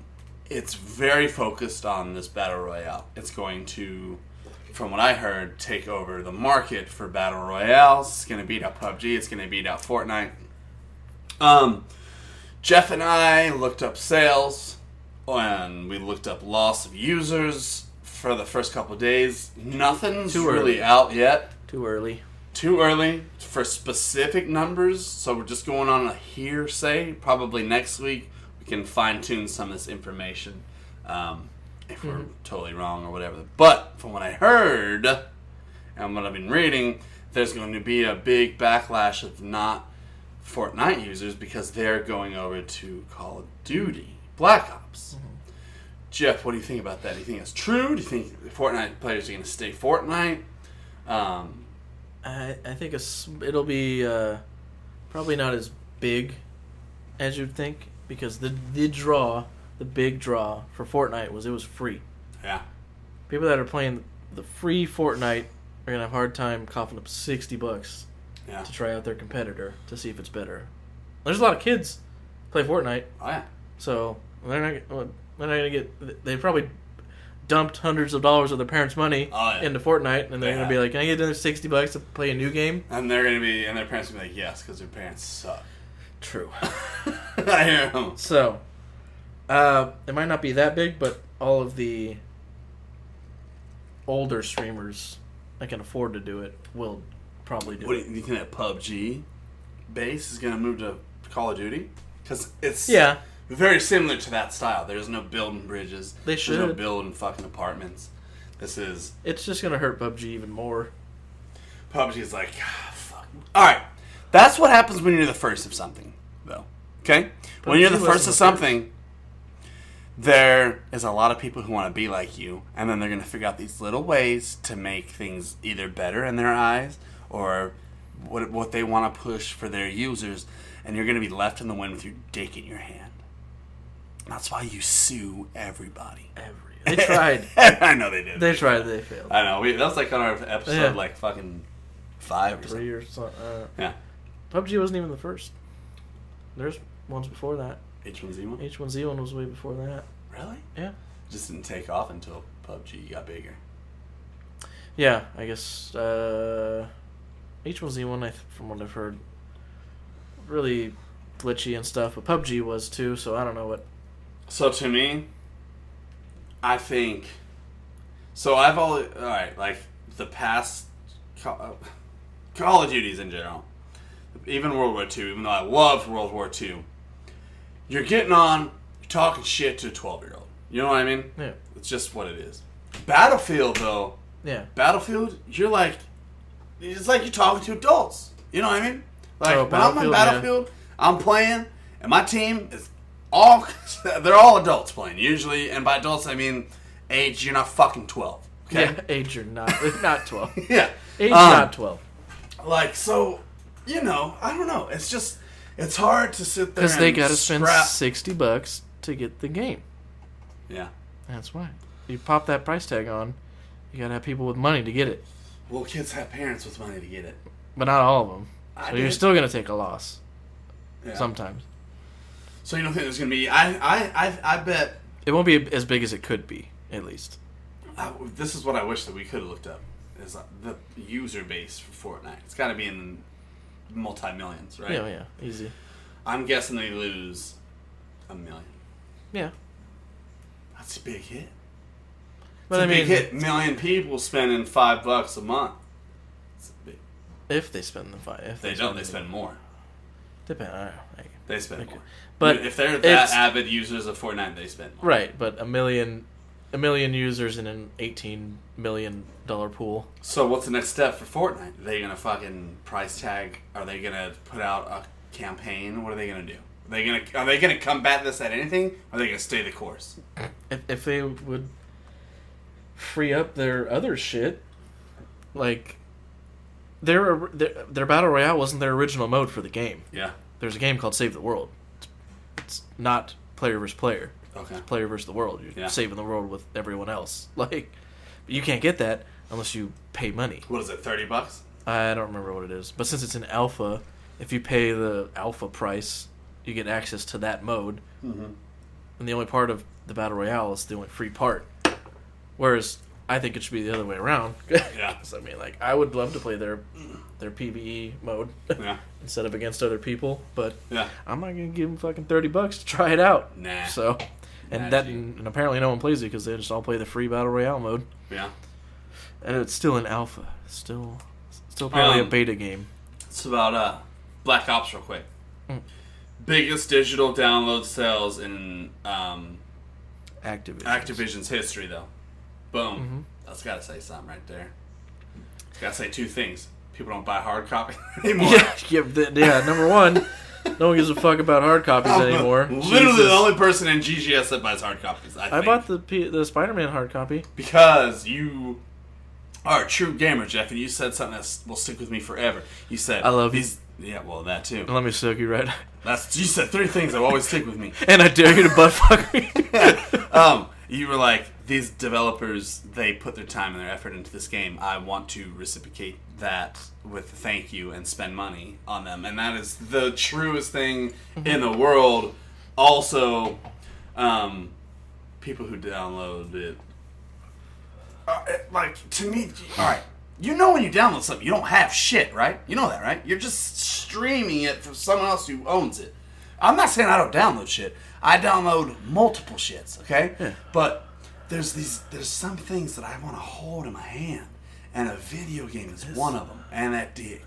it's very focused on this battle royale. It's going to from what I heard, take over the market for battle royales. It's going to beat out PUBG. It's going to beat out Fortnite. Um, Jeff and I looked up sales, and we looked up loss of users for the first couple days. Nothing's
Too
really
early.
out yet.
Too early.
Too early for specific numbers, so we're just going on a hearsay. Probably next week we can fine tune some of this information um, if we're totally wrong or whatever. But from what I heard and what I've been reading, there's going to be a big backlash of not Fortnite users because they're going over to Call of Duty Black Ops. Jeff, what do you think about that? Do you think that's true? Do you think the Fortnite players are going to stay Fortnite? Um,
I I think it's, it'll be uh, probably not as big as you'd think because the the draw, the big draw for Fortnite was it was free.
yeah.
People that are playing the free Fortnite are gonna have a hard time coughing up sixty bucks
Yeah.
to try out their competitor to see if it's better. There's a lot of kids play Fortnite,
Oh yeah.
so they're not well, they're not gonna get. They probably dumped hundreds of dollars of their parents' money
Oh, yeah.
into Fortnite, and they're
Yeah.
gonna be like, "Can I get another sixty bucks to play a new game?"
And they're gonna be, and their parents gonna be like, yes, because their parents suck.
True.
I hear 'em.
So, uh, it might not be that big, but all of the older streamers that can afford to do it will probably do
What do
it.
you, you think that PUBG base is gonna move to Call of Duty? Because it's
yeah,
very similar to that style. There's no building bridges.
They
There's no
should.
building fucking apartments. This is
it's just gonna hurt PUBG even more.
PUBG is like, ah, fuck. All right, that's what happens when you're the first of something, though. Okay, when
PUBG
you're the first
wasn't
of
the
something, there is a lot of people who want to be like you, and then they're going to figure out these little ways to make things either better in their eyes or what what they want to push for their users, and you're going to be left in the wind with your dick in your hand. That's why you sue everybody.
Every they tried,
I know they did.
they tried, they failed.
I know. We, that was like on our episode,
Yeah.
like fucking five or something.
Three or something. Uh,
Yeah.
PUBG wasn't even the first. There's ones before that.
H1Z1?
H1Z1 was way before that.
Really?
Yeah.
Just didn't take off until PUBG got bigger.
Yeah, I guess uh, H1Z1, I th- from what I've heard, really glitchy and stuff. But PUBG was too, so I don't know what.
So to me, I think. So I've all all right, like the past Call, Call of Duties in general, even World War II. Even though I loved World War II, you're getting on, you're talking shit to a twelve year old. You know what I mean?
Yeah,
It's just what it is. Battlefield though,
yeah.
Battlefield, you're like, it's like you're talking to adults. You know what I mean? Like
Oh,
when I'm on
Battlefield, yeah.
Battlefield, I'm playing, and my team is all they're all adults playing usually, and by adults I mean age. You're not fucking twelve. Okay.
Yeah, age or not, not twelve.
Yeah.
Age
Um,
not twelve,
Like so, you know, I don't know. It's just it's hard to sit there
because they
and
gotta spend
scrap-
sixty bucks to get the game.
Yeah.
That's why you pop that price tag on. You gotta have people with money to get it,
Well, kids have parents with money to get it.
but not all of them.
I
So you're
did-
still gonna take a loss
yeah.
sometimes.
So you don't think there's gonna be? I I I, I bet
It won't be as big as it could be, at least.
I, this is what I wish that we could have looked up is the user base for Fortnite. It's got to be in the multi millions, right?
Yeah, yeah, easy.
I'm guessing they lose a million.
Yeah,
That's a big hit.
but I
it's a
mean,
big hit. Million people spending five bucks a month. It's a big,
if they spend the five, if
they don't. They spend more.
Depend. I don't know. like-
They spend more.
But
if they're that
it's-
avid users of Fortnite, they spend more.
right, but a million, a million users in an eighteen million dollar pool.
So what's the next step for Fortnite? Are they gonna fucking price tag? Are they gonna put out a campaign? What are they gonna do? Are they gonna are they gonna combat this at anything? Or are they gonna stay the course?
If if they would free up their other shit, like their their, their battle royale wasn't their original mode for the game.
Yeah.
There's a game called Save the World. It's not player versus player.
Okay.
player versus the world. You're
Yeah.
saving the world with everyone else. Like, you can't get that unless you pay money.
What is it? Thirty bucks?
I don't remember what it is, but since it's an alpha, if you pay the alpha price, you get access to that mode.
Mm-hmm.
And the only part of the battle royale is the only free part. Whereas I think it should be the other way around.
Yeah.
'Cause, I mean, like I would love to play their their PVE mode
Yeah.
instead of against other people, but
Yeah.
I'm not gonna give them fucking thirty bucks to try it out.
Nah.
So, and
Nah,
that
gee.
and apparently no one plays it because they just all play the free battle royale mode,
Yeah.
and it's still in alpha, still still apparently
Um,
a beta game.
It's about uh, Black Ops real quick. Biggest digital download sales in um,
Activision.
Activision's history, though. Boom. That's got to say something right there. It's got to say two things. People don't buy hard copy anymore.
Yeah, yeah, th- yeah. Number one, no one gives a fuck about hard copies
I'm
anymore.
Literally
Jesus.
the only person in GGS that buys hard copies. I,
I
think.
bought the P- the Spider Man hard copy.
because you are a true gamer, Jeff, and you said something that will stick with me forever. You said,
I love you.
these." Yeah, well, that too.
Let me soak you right.
That's you said three things that will always stick with me.
And I dare you to butt fuck me.
um, you were like, these developers, they put their time and their effort into this game. I want to reciprocate that with a thank you and spend money on them. And that is the truest thing
Mm-hmm.
in the world. Also, um, people who download it. Uh, it- like, to me, all right. You know when you download something, you don't have shit, right? You know that, right? You're just streaming it from someone else who owns it. I'm not saying I don't download shit. I download multiple shits, okay? But there's these there's some things that I want to hold in my hand, and a video game is one of them, and that dick.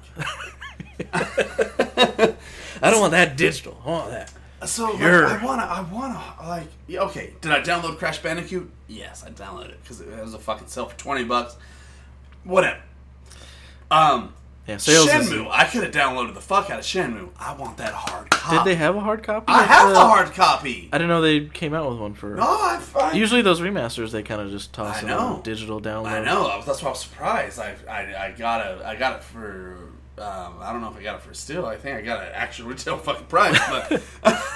I don't want that digital. I want that.
So like,
Pure.
I wanna, I wanna, like, yeah, okay. Did I download Crash Bandicoot? Yes, I downloaded it because it was a fucking sale for twenty bucks. Whatever. Um,
Yeah, sales. is-
Shenmue. I could have downloaded the fuck out of Shenmue. I want that hard
Did
copy.
they have a hard copy?
I have
Uh,
the hard copy.
I didn't know they came out with one for.
No, I, I
Usually those remasters they kind of just toss
I
it on
know.
digital download.
I know. I was- That's why I was surprised. I, I, I got a, I got it for. Um, I don't know if I got it for still. I think I got an actual retail fucking price, but it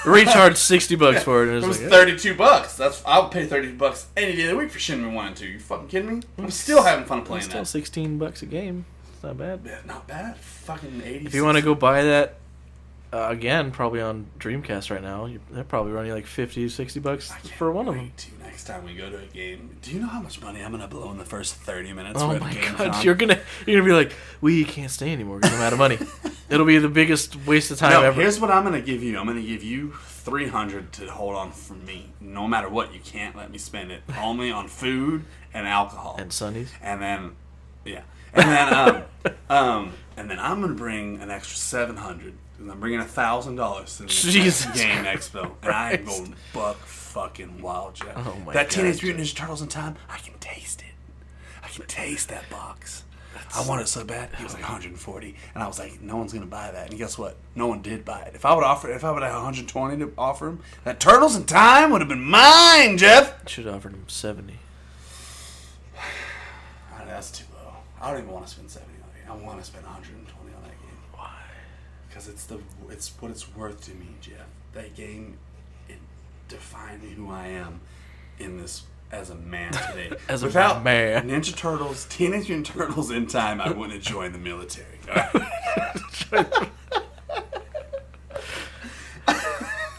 Recharge sixty bucks for it. And it's
was
like, eh.
thirty-two bucks. That's I'll pay thirty-two bucks any day of the week for Shinmu One and Two. You fucking kidding me? I'm still having fun playing
Still
that.
sixteen bucks a game. It's not bad.
Yeah, not bad. Fucking eighty.
If you want to go buy that uh, again, probably on Dreamcast right now, you, they're probably running like 50, 60 bucks for one of them.
Dude, next time we go to a game, do you know how much money I'm gonna blow in the first thirty minutes?
Oh
we're at
my
Gamescom?
god, you're gonna you're gonna be like, we can't stay anymore because I'm out of money. It'll be the biggest waste of time
No,
ever.
here's what I'm gonna give you. I'm gonna give you 300 to hold on for me. No matter what, you can't let me spend it only on food and alcohol.
And Sundays.
And then, yeah, and then um, um, and then I'm gonna bring an extra 700. And I'm bringing a thousand dollars to the
Jesus
Game Expo, and I am
Christ.
going buck fucking wild, Jeff.
Oh my
that
God,
Teenage Mutant Ninja Turtles in time, I can taste it. I can taste that box. I want it so bad. He was like 140, and I was like, no one's gonna buy that. And guess what? No one did buy it. If I would offer, if I would have 120 to offer him, that Turtles in Time would have been mine, Jeff.
Should have offered him seventy.
Oh, that's too low. I don't even want to spend 70 on it. I want to spend 120 on that game. Why? Because it's the it's what it's worth to me, Jeff. That game, it defined who I am in this as a man today.
As a
Without
man.
Ninja Turtles, Teenage Mutant Turtles in time, I wouldn't have joined the military. all right?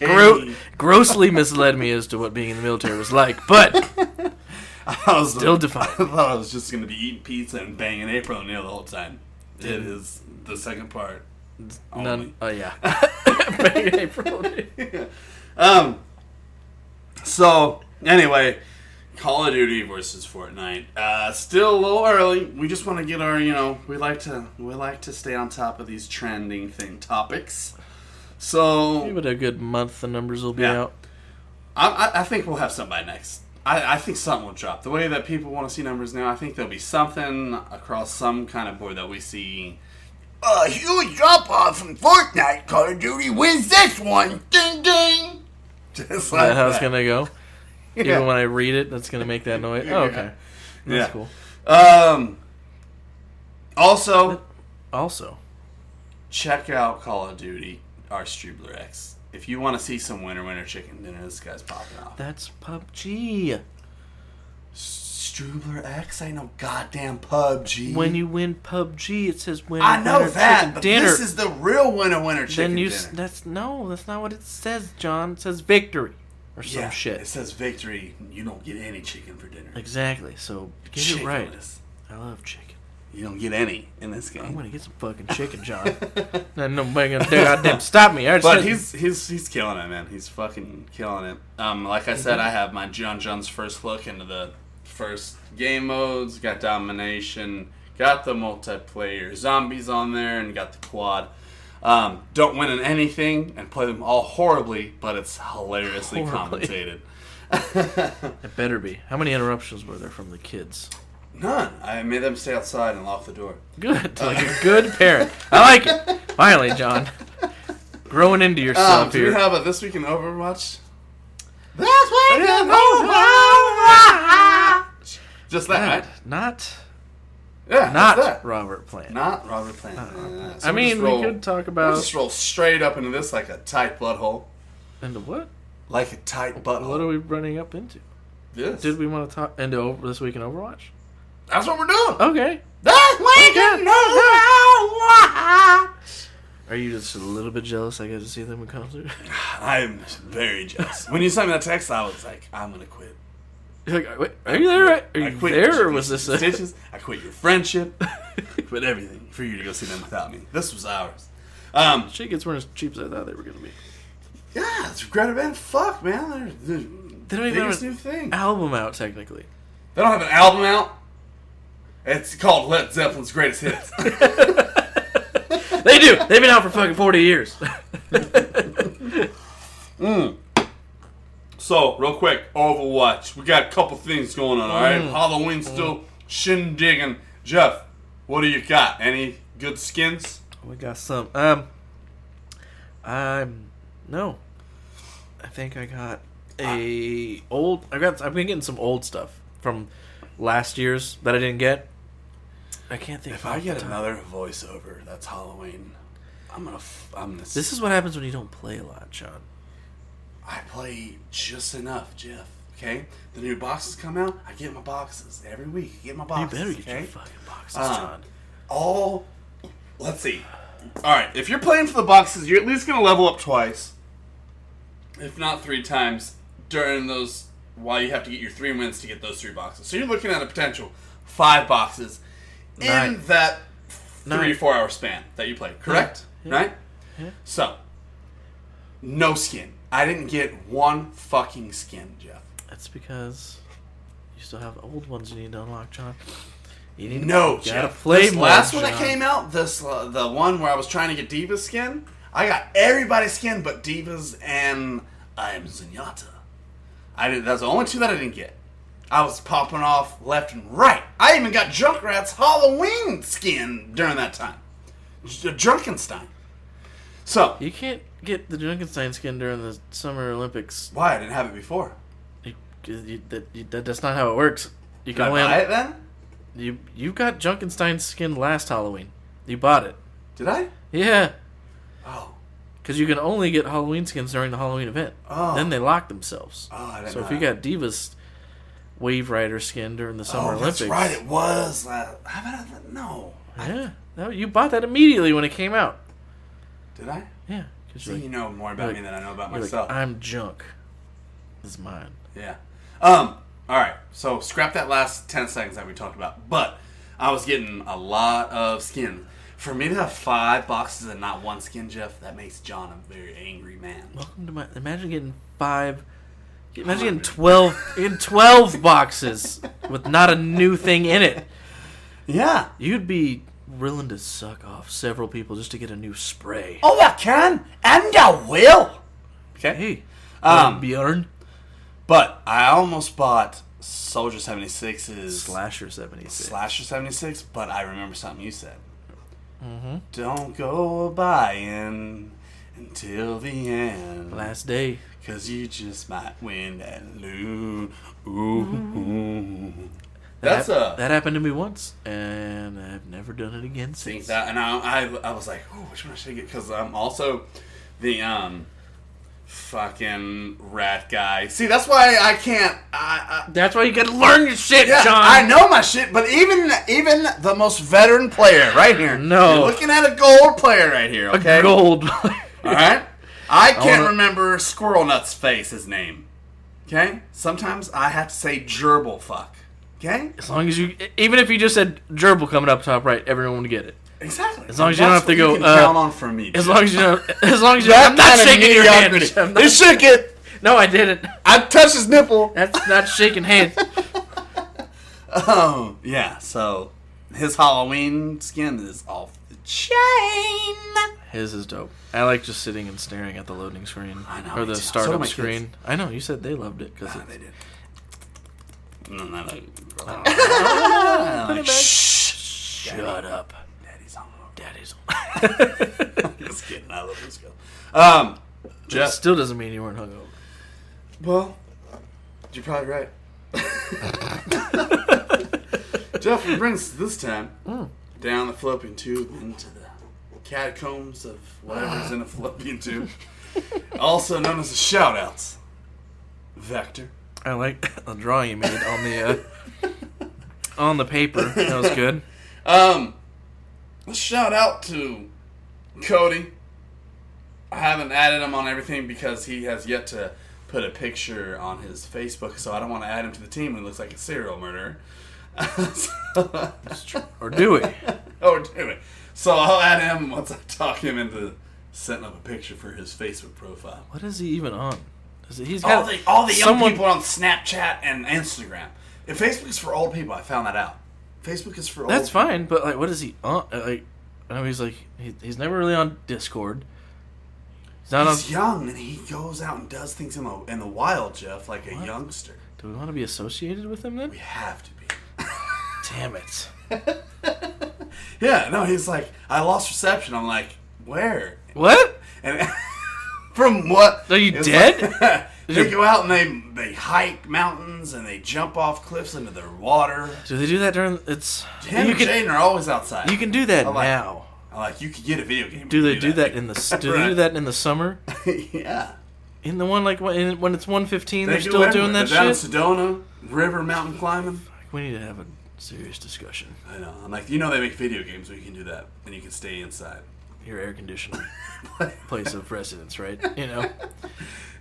Gro- grossly misled me as to what being in the military was like, but
I was
Still defined.
I thought I was just gonna be eating pizza and banging April O'Neil the whole time. It is the second part. only.
none. Oh yeah. Bang, April.
Um. So anyway, Call of Duty versus Fortnite. Uh, still a little early. We just want to get our, you know, we like to we like to stay on top of these trending thing topics.
Give
So
it a good month. The numbers will be
Yeah.
out.
I, I, I think we'll have somebody next. I, I think something will drop. The way that people want to see numbers now, I think there'll be something across some kind of board that we see.
A huge drop off from Fortnite. Call of Duty wins this one. Ding ding.
Just
Is
like
that how it's
that.
gonna go?
Yeah.
Even when I read it, that's gonna make that noise. Oh, okay,
Yeah.
that's cool.
Um. Also,
Also,
check out Call of Duty, our Strubler X. If you want to see some winter winter chicken dinner, this guy's popping off.
that's PUBG.
Strubler X ain't no goddamn PUBG.
When you win PUBG, it says win.
I know
winner
that,
chicken
but
dinner.
this is the real winter winter chicken
then you. s
dinner.
That's no, that's not what it says, John. It says victory. or some
It
shit.
says victory. You don't get any chicken for dinner.
Exactly. So get it right.
Chickenless.
I love chicken.
You don't get any in this
I'm
game.
gonna get some fucking chicken, John. and nobody gonna dare goddamn stop me. I already
But
said-
he's he's he's killing it, man. He's fucking killing it. Um, like I said, I have my John John's first look into the first game modes. Got domination. Got the multiplayer zombies on there, and got the quad. Um, don't win in anything, and play them all horribly, but it's hilariously
Horribly.
compensated.
it better be. How many interruptions were there from the kids?
None. I made them stay outside and lock the door.
Good, like a good parent. I like it. Finally, John, growing into yourself
Um, do we
here.
have a this week in Overwatch?
That's what
Yeah,
Just that, right?
not, not,
Yeah, just that.
not Robert Plant.
Not Robert Plant. Yeah, so
I
we
mean,
just
we
roll-
could talk
we
about
just roll straight up into this like a tight butthole,
into what?
like a tight
What
butthole.
are we running up into?
This.
Did we want to talk into over this week in Overwatch?
That's what we're doing.
Okay.
That's what
Okay.
I
Are you just a little bit jealous? I got to see them in concert.
I'm very jealous. when you sent me that text, I was like, I'm gonna quit.
You're like, "Wait, are you there? Are
I
you
quit
there, or
your
was this a-
stitches? I quit your friendship. I quit everything for you to go see them without me. This was ours. Um,
Tickets weren't as cheap as I thought they were going to be.
yeah, it's Greta Van. Fuck, man. They're, they're
They don't even
biggest new
have an
thing.
album out technically.
They don't have an album out. It's called Led Zeppelin's Greatest Hits.
They do. They've been out for fucking forty years.
So, real quick, Overwatch. We got a couple things going on, all right? Halloween still shindigging. Jeff, what do you got? Any good skins?
we got some. Um, I'm no. I think I got a old. I got. I've been getting some old stuff from last year's that I didn't get. I can't think.
If
off
I
the
get
top.
another voiceover, that's Halloween. I'm gonna. F- I'm gonna.
This is what happens when you don't play a lot, John.
I play just enough, Jeff. Okay. The new boxes come out. I get my boxes every week. I get my
You
boxes.
better get
okay?
your fucking boxes,
Um,
John.
all. Let's see. All right, if you're playing for the boxes, you're at least gonna level up twice, if not three times during those. While you have to get your three wins to get those three boxes, so you're looking at a potential five boxes in
Nine.
that three
Nine.
to four hour span that you play. Correct,
Yeah.
right? So, no skin. I didn't get one fucking skin, Jeff.
That's because you still have old ones you need to unlock, John. You need
No,
to
Jeff.
play
this
more,
last one that
John.
came out, this uh, the one where I was trying to get Diva's skin. I got everybody's skin but Diva's and I am Zenyatta. I did. That's the only two that I didn't get. I was popping off left and right. I even got Junkrat's Halloween skin during that time. J- Drunkenstein. So
You can't get the Junkenstein skin during the Summer Olympics.
why I didn't have it before?
You, you- that, you- that- that's not how it works. You
Did
can
I
only
buy it then?
you you got Junkenstein's skin last Halloween. You bought it,
Did I?
yeah,
Oh,
because you can only get Halloween skins during the Halloween event.
Oh.
Then they lock themselves.
oh, I didn't.
so
know
if you
that.
got Divas Wave Rider skin during the Summer
oh,
Olympics,
that's right. It was. Uh, how about I- no?
yeah, that, you bought that immediately when it came out.
Did I?
Yeah, because
See,
you're, like,
you know more about
like-
me than I know about
you're like,
myself.
I'm junk. This is mine.
yeah. Um. All right. So scrap that last ten seconds that we talked about. But I was getting a lot of skin. For me to have five boxes and not one skin, Jeff, that makes John a very angry man.
Welcome to my. Imagine getting five. Imagine getting twelve in twelve boxes with not a new thing in it.
Yeah.
You'd be willing to suck off several people just to get a new spray.
Oh, I can and I will. Okay.
Hey,
Um,
Bjorn
But I almost bought Soldier 76's
Slasher seventy six.
Slasher 76, but I remember something you said.
Mm-hmm.
Don't go buying until the end.
Last day.
Cause you just might win and lose. Ooh. That's
Mm-hmm. that,
a.
hap- that happened to me once, and I've never done it again
think
since.
that, and I, I, I was like, Ooh, which one should I get? Because I'm also the um, fucking rat guy. See, that's why I can't. I, I,
That's why you gotta learn your shit,
yeah,
John.
I know my shit, but even even the most veteran player right here.
No.
you're looking at a gold player right here. Okay,
Gold.
All right, I can't
wanna-
remember Squirrel Nut's face. His name. Okay? Sometimes I have to say gerbil fuck. Okay?
As long as you, even if you just said gerbil coming up top right, everyone would get it.
Exactly. As
long as you don't have to go,
You can
uh,
count on from me.
As long as you know, as long as you, I'm not shaking your hand. I'm not-
It shook it.
no, I didn't.
I touched his nipple.
That's not shaking hands.
Oh, yeah. So his Halloween skin is off the chain.
His is dope. I like just sitting and staring at the loading screen
I know,
or
me
the
too. So do
startup
my kids.
screen. I know you said they loved it because
Oh, they did. No, no, no.
shut up,
Daddy's on
daddy's.
Just kidding. I love this girl. Um,
That
just
still doesn't mean you weren't hungover.
well, you're probably right. Jeff, what brings us this time down the fallopian tube into the catacombs of whatever's in a fallopian tube, also known as the shoutouts. Vector.
I like the drawing you made on the uh, on the paper. That was good.
Um, let's shout out to Cody. I haven't added him on everything because he has yet to put a picture on his Facebook, so I don't want to add him to the team. He looks like a serial murderer. so,
Or do we?
oh, damn it. So I'll add him once I talk him into setting up a picture for his Facebook profile.
What is he even on? Is it, he's
All
got
the, all the young
someone-
people are on Snapchat and Instagram. And Facebook's for old people. I found that out. Facebook is for old
That's fine, but like, what is he on? uh, Like, I know he's like he, he's never really on Discord. He's not on.
He's young and he goes out and does things in the in the wild, Jeff, like a youngster.
Do we want to be associated with him then?
We have to be.
Damn it!
Yeah, no, he's like, I lost reception. I'm like, where?
What?
And from what?
Are you
It's
dead?
like- they
You're-
go out and they they hike mountains and they jump off cliffs into the water.
do they do that during? It's
Him
you
and
can
Jaden are always outside.
you can do that
I like-
now.
I'm like you could get a video game.
Do they
and
do that in the? s- Do they do
Right.
that in the summer?
yeah,
In the one like when, in- when it's one fifteen,
they
they're
do
still
everywhere.
doing that
They're down
shit.
in Sedona, river mountain climbing.
We need to have a serious discussion.
I know. I'm like, you know, they make video games where you can do that and you can stay inside.
Your air conditioning place of residence, right? You know.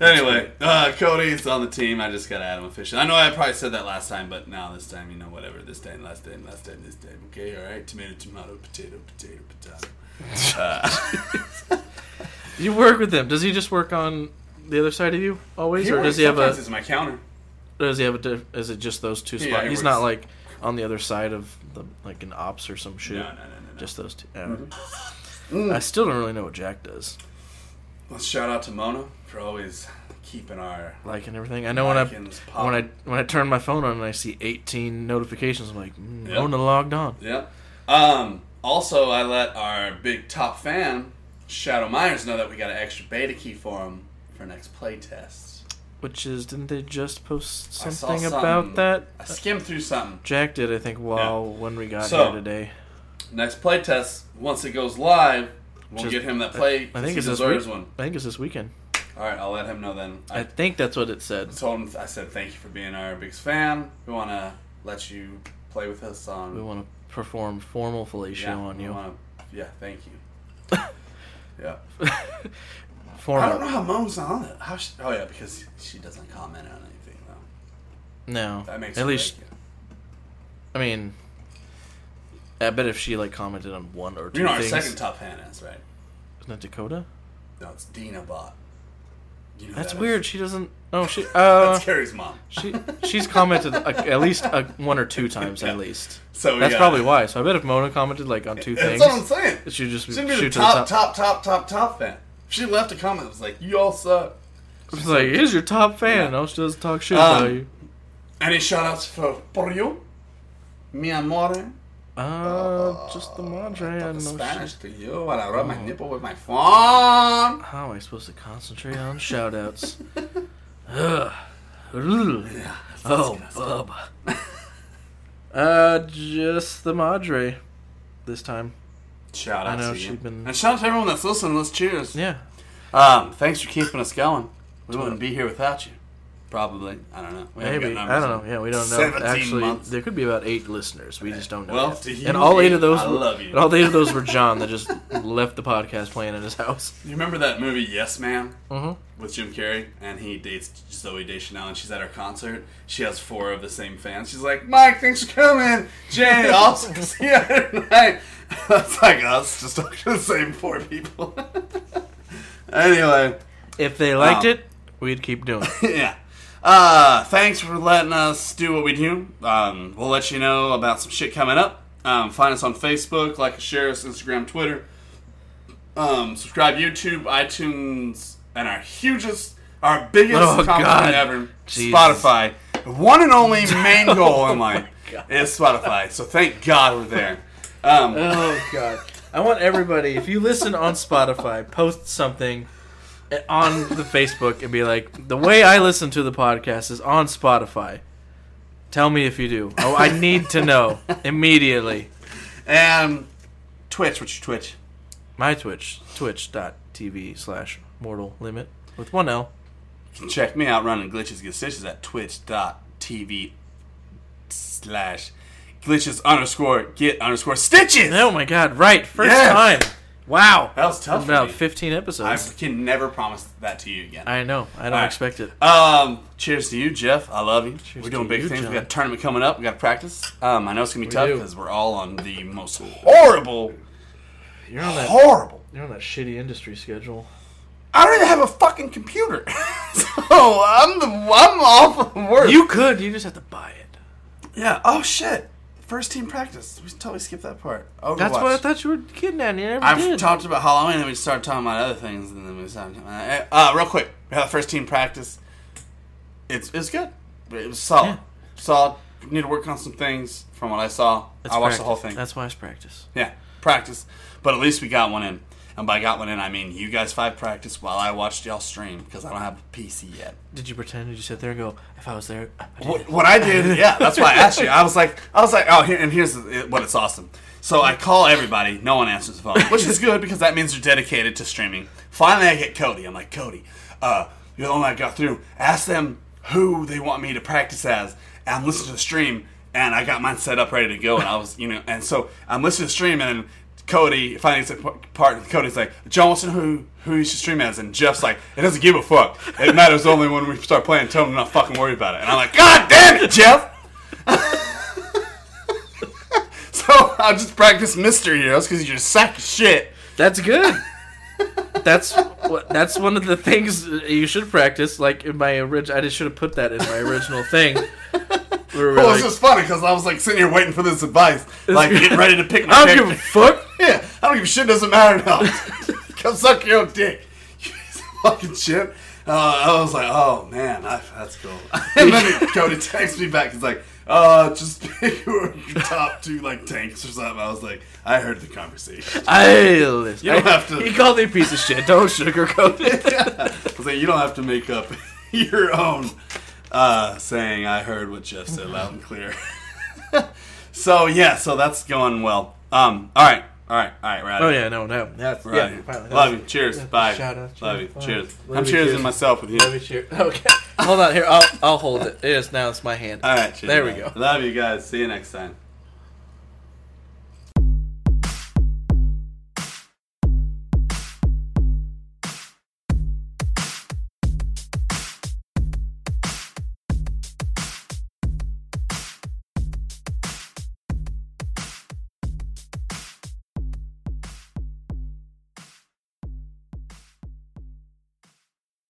Anyway, uh, Cody's on the team. I just got Adam official. I know I probably said that last time, but now this time, you know, whatever. This time, last time, last time, this time. Okay, all right. Tomato, tomato, potato, potato, potato. Uh,
You work with him. Does he just work on the other side of you always, or does he have a?
Sometimes it's my counter.
Does he have a? diff- Is it just those two
Yeah,
spots?
he
He's
works-
not like on the other side of the like an ops or some shit.
No, no, no, no, no.
Just those two. Yeah.
Mm-hmm.
I still don't really know what Jack does,
Let's shout out to Mona for always keeping our.
like and everything. I know when I
Likens pop.
when I when I turn my phone on and I see 18 notifications, I'm like, mm,
Yeah.
Mona logged on.
Yeah. Um, also, I let our big top fan, Shadow Myers, know that we got an extra beta key for him for next play test.
Which is didn't they just post
I saw
something about
something-
that?
I skimmed through something.
Jack did, I think. While when we got
So,
here today,
Next playtest, once it goes live, we'll
Just-
get him that play.
I think
he
it's this
deserves
week.
one.
I think it's this weekend.
All right, I'll let him know then. I,
I think that's what it said.
told him, I said, thank you for being our biggest fan. We want to let you play with us on.
We want to perform formal fellatio
yeah,
on
we
you.
wanna- yeah, thank you. yeah. I don't know
Formal.
how Mo's on it. How she, oh, yeah, because she doesn't comment on anything, though.
No.
That makes
At
her
least
like it.
I mean, I bet if she like commented on one or two
You know, our
things.
second top fan is, right?
Isn't that Dakota?
No, it's Dina Bot. You know who
That's
that is?
weird. She doesn't. Oh, she. Uh,
That's Carrie's mom.
she she's commented a, at least a, one or two times at least.
So we
That's
got-
probably why. So I bet if Mona commented like on two
That's
things,
what I'm saying.
it should just
She's
be
gonna be the
shoot to
top,
the top.
top, top, top, top fan. She left a comment that was like, "You all suck."
It's like here's your top fan.
Yeah.
All she does is talk shit
Um,
about you.
Any shoutouts for for you? Mi amor.
Uh, just the madre. I
Talking
know
Spanish
she-
to you while I rub my nipple with my phone.
How am I supposed to concentrate on shoutouts? Ugh. Ooh. oh, bub. uh, just the madre this time.
Shout
I
out
know
to you.
she's been-
And shout out to everyone that's listening. Let's cheers.
Yeah.
Um, thanks for keeping us going. We wouldn't be here without you. Probably. I don't know. We haven't
Maybe
got
I
numbers
don't
on-
know. Yeah, we don't know.
17
Actually,
months.
there could be about eight listeners. We just don't know.
Well,
yet.
to you,
and all eight of those,
I
were,
love you.
and all eight of those were John that just left the podcast playing in his house.
You remember that movie Yes Man
Mhm.
with Jim Carrey, and he dates Zoe Deschanel, and she's at her concert. She has four of the same fans. She's like, "Mike, thanks for coming. Jay, also see you tonight." That's like us, just talking to the same four people. anyway,
If they liked
Oh.
it, we'd keep doing it.
yeah. Uh, thanks for letting us do what we do. Um, we'll let you know about some shit coming up. Um, find us on Facebook, like us, share us, Instagram, Twitter. Um, subscribe YouTube, iTunes, and our hugest, our biggest
Oh,
compliment
God.
ever,
Jesus. Oh,
Spotify. One and only main goal in life is Spotify. So thank God we're there. Um,
Oh God! I want everybody. If you listen on Spotify, post something eh, on the Facebook and be like, "The way I listen to the podcast is on Spotify." Tell me if you do. Oh, I need to know immediately.
and Twitch, what's your Twitch?
My Twitch, twitch.tv slash mortal limit with one L.
Check me out running glitches get stitches at twitch.tv slash glitches underscore get underscore stitches.
Oh my god, right. First
Yes.
time. Wow.
That was tough.
About
for me.
15
I
episodes.
can never promise that to you again.
i know. I don't
Alright.
expect it.
um, cheers to you, Jeff. I love you. we're doing
to
big
you,
things.
John.
We got a tournament coming up. We got to practice. Um, I know it's gonna be tough
do.
because we're all on the most horrible,
You're on that
horrible.
you're on that shitty industry schedule.
I don't even have a fucking computer, so I'm the I'm awful worst.
You could, you just have to buy it.
Yeah. Oh shit. First team practice. We totally skipped that part. Oh,
That's what I thought you were kidding at. You never
I've
did.
talked about Halloween, and we started talking about other things, and then we started talking about, uh, real quick. We had the first team practice. It's it's good. It was solid.
Yeah.
Solid. We need to work on some things from what I saw.
That's
I watched the
practice.
whole thing.
That's why it's practice.
yeah, practice. But at least we got one in. And by got one in, I mean you guys five practice while I watched y'all stream because I don't have a PC yet.
Did you pretend? Did you sit there and go, if I was there, I did
What, what I did, yeah, that's why I asked you. I was like, I was like, oh, here, and here's the, what it's awesome. So I call everybody, no one answers the phone, which is good because that means they're dedicated to streaming. Finally, I get Cody. I'm like, Cody, uh, you're the only one I got through. Ask them who they want me to practice as. And I'm listening to the stream, and I got mine set up ready to go. And I was, you know, and so I'm listening to the stream, and then Cody finally gets a part. Cody's like, John wants to know who who you should stream as, and Jeff's like, it doesn't give a fuck. It matters only when we start playing. Tell him I'm not fucking worried about it. And I'm like, God damn it, Jeff. so I just practice mystery heroes because you're a sack of shit.
That's good. that's what. That's one of the things you should practice. Like in my original, I just should have put that in my original thing. We were
Well,
like,
it's just funny because I was like sitting here waiting for this advice, like getting ready to pick my
I don't give a
character.
fuck.
Yeah, I don't give a shit. Doesn't matter now. Come suck your own dick. You piece of fucking shit. Uh, I was like, oh man, I, that's cool. and then Cody texts me back. He's like, uh, just pick who are your top two like tanks or something. I was like, I heard the conversation.
I listen.
You don't have to-
He called me a piece of shit. Don't sugarcoat it.
I was like, you don't have to make up your own uh, saying. I heard what Jeff said loud and clear. so yeah, so that's going well. Um, all right, all right, all right. We're out of
oh
here.
yeah, no, no. That's
We're out of
yeah,
here.
finally,
Love
that's-
you. Cheers.
that's a
Bye.
shout out.
Love you.
Cheers. Bye.
Cheers.
Love
I'm
you.
cheering
Cheers.
myself with you.
Love you. Cheer. Okay, hold on here. I'll I'll hold it. It is now. It's my hand.
All right. Cheers.
There we
Bye.
go.
Love you guys. See you next time.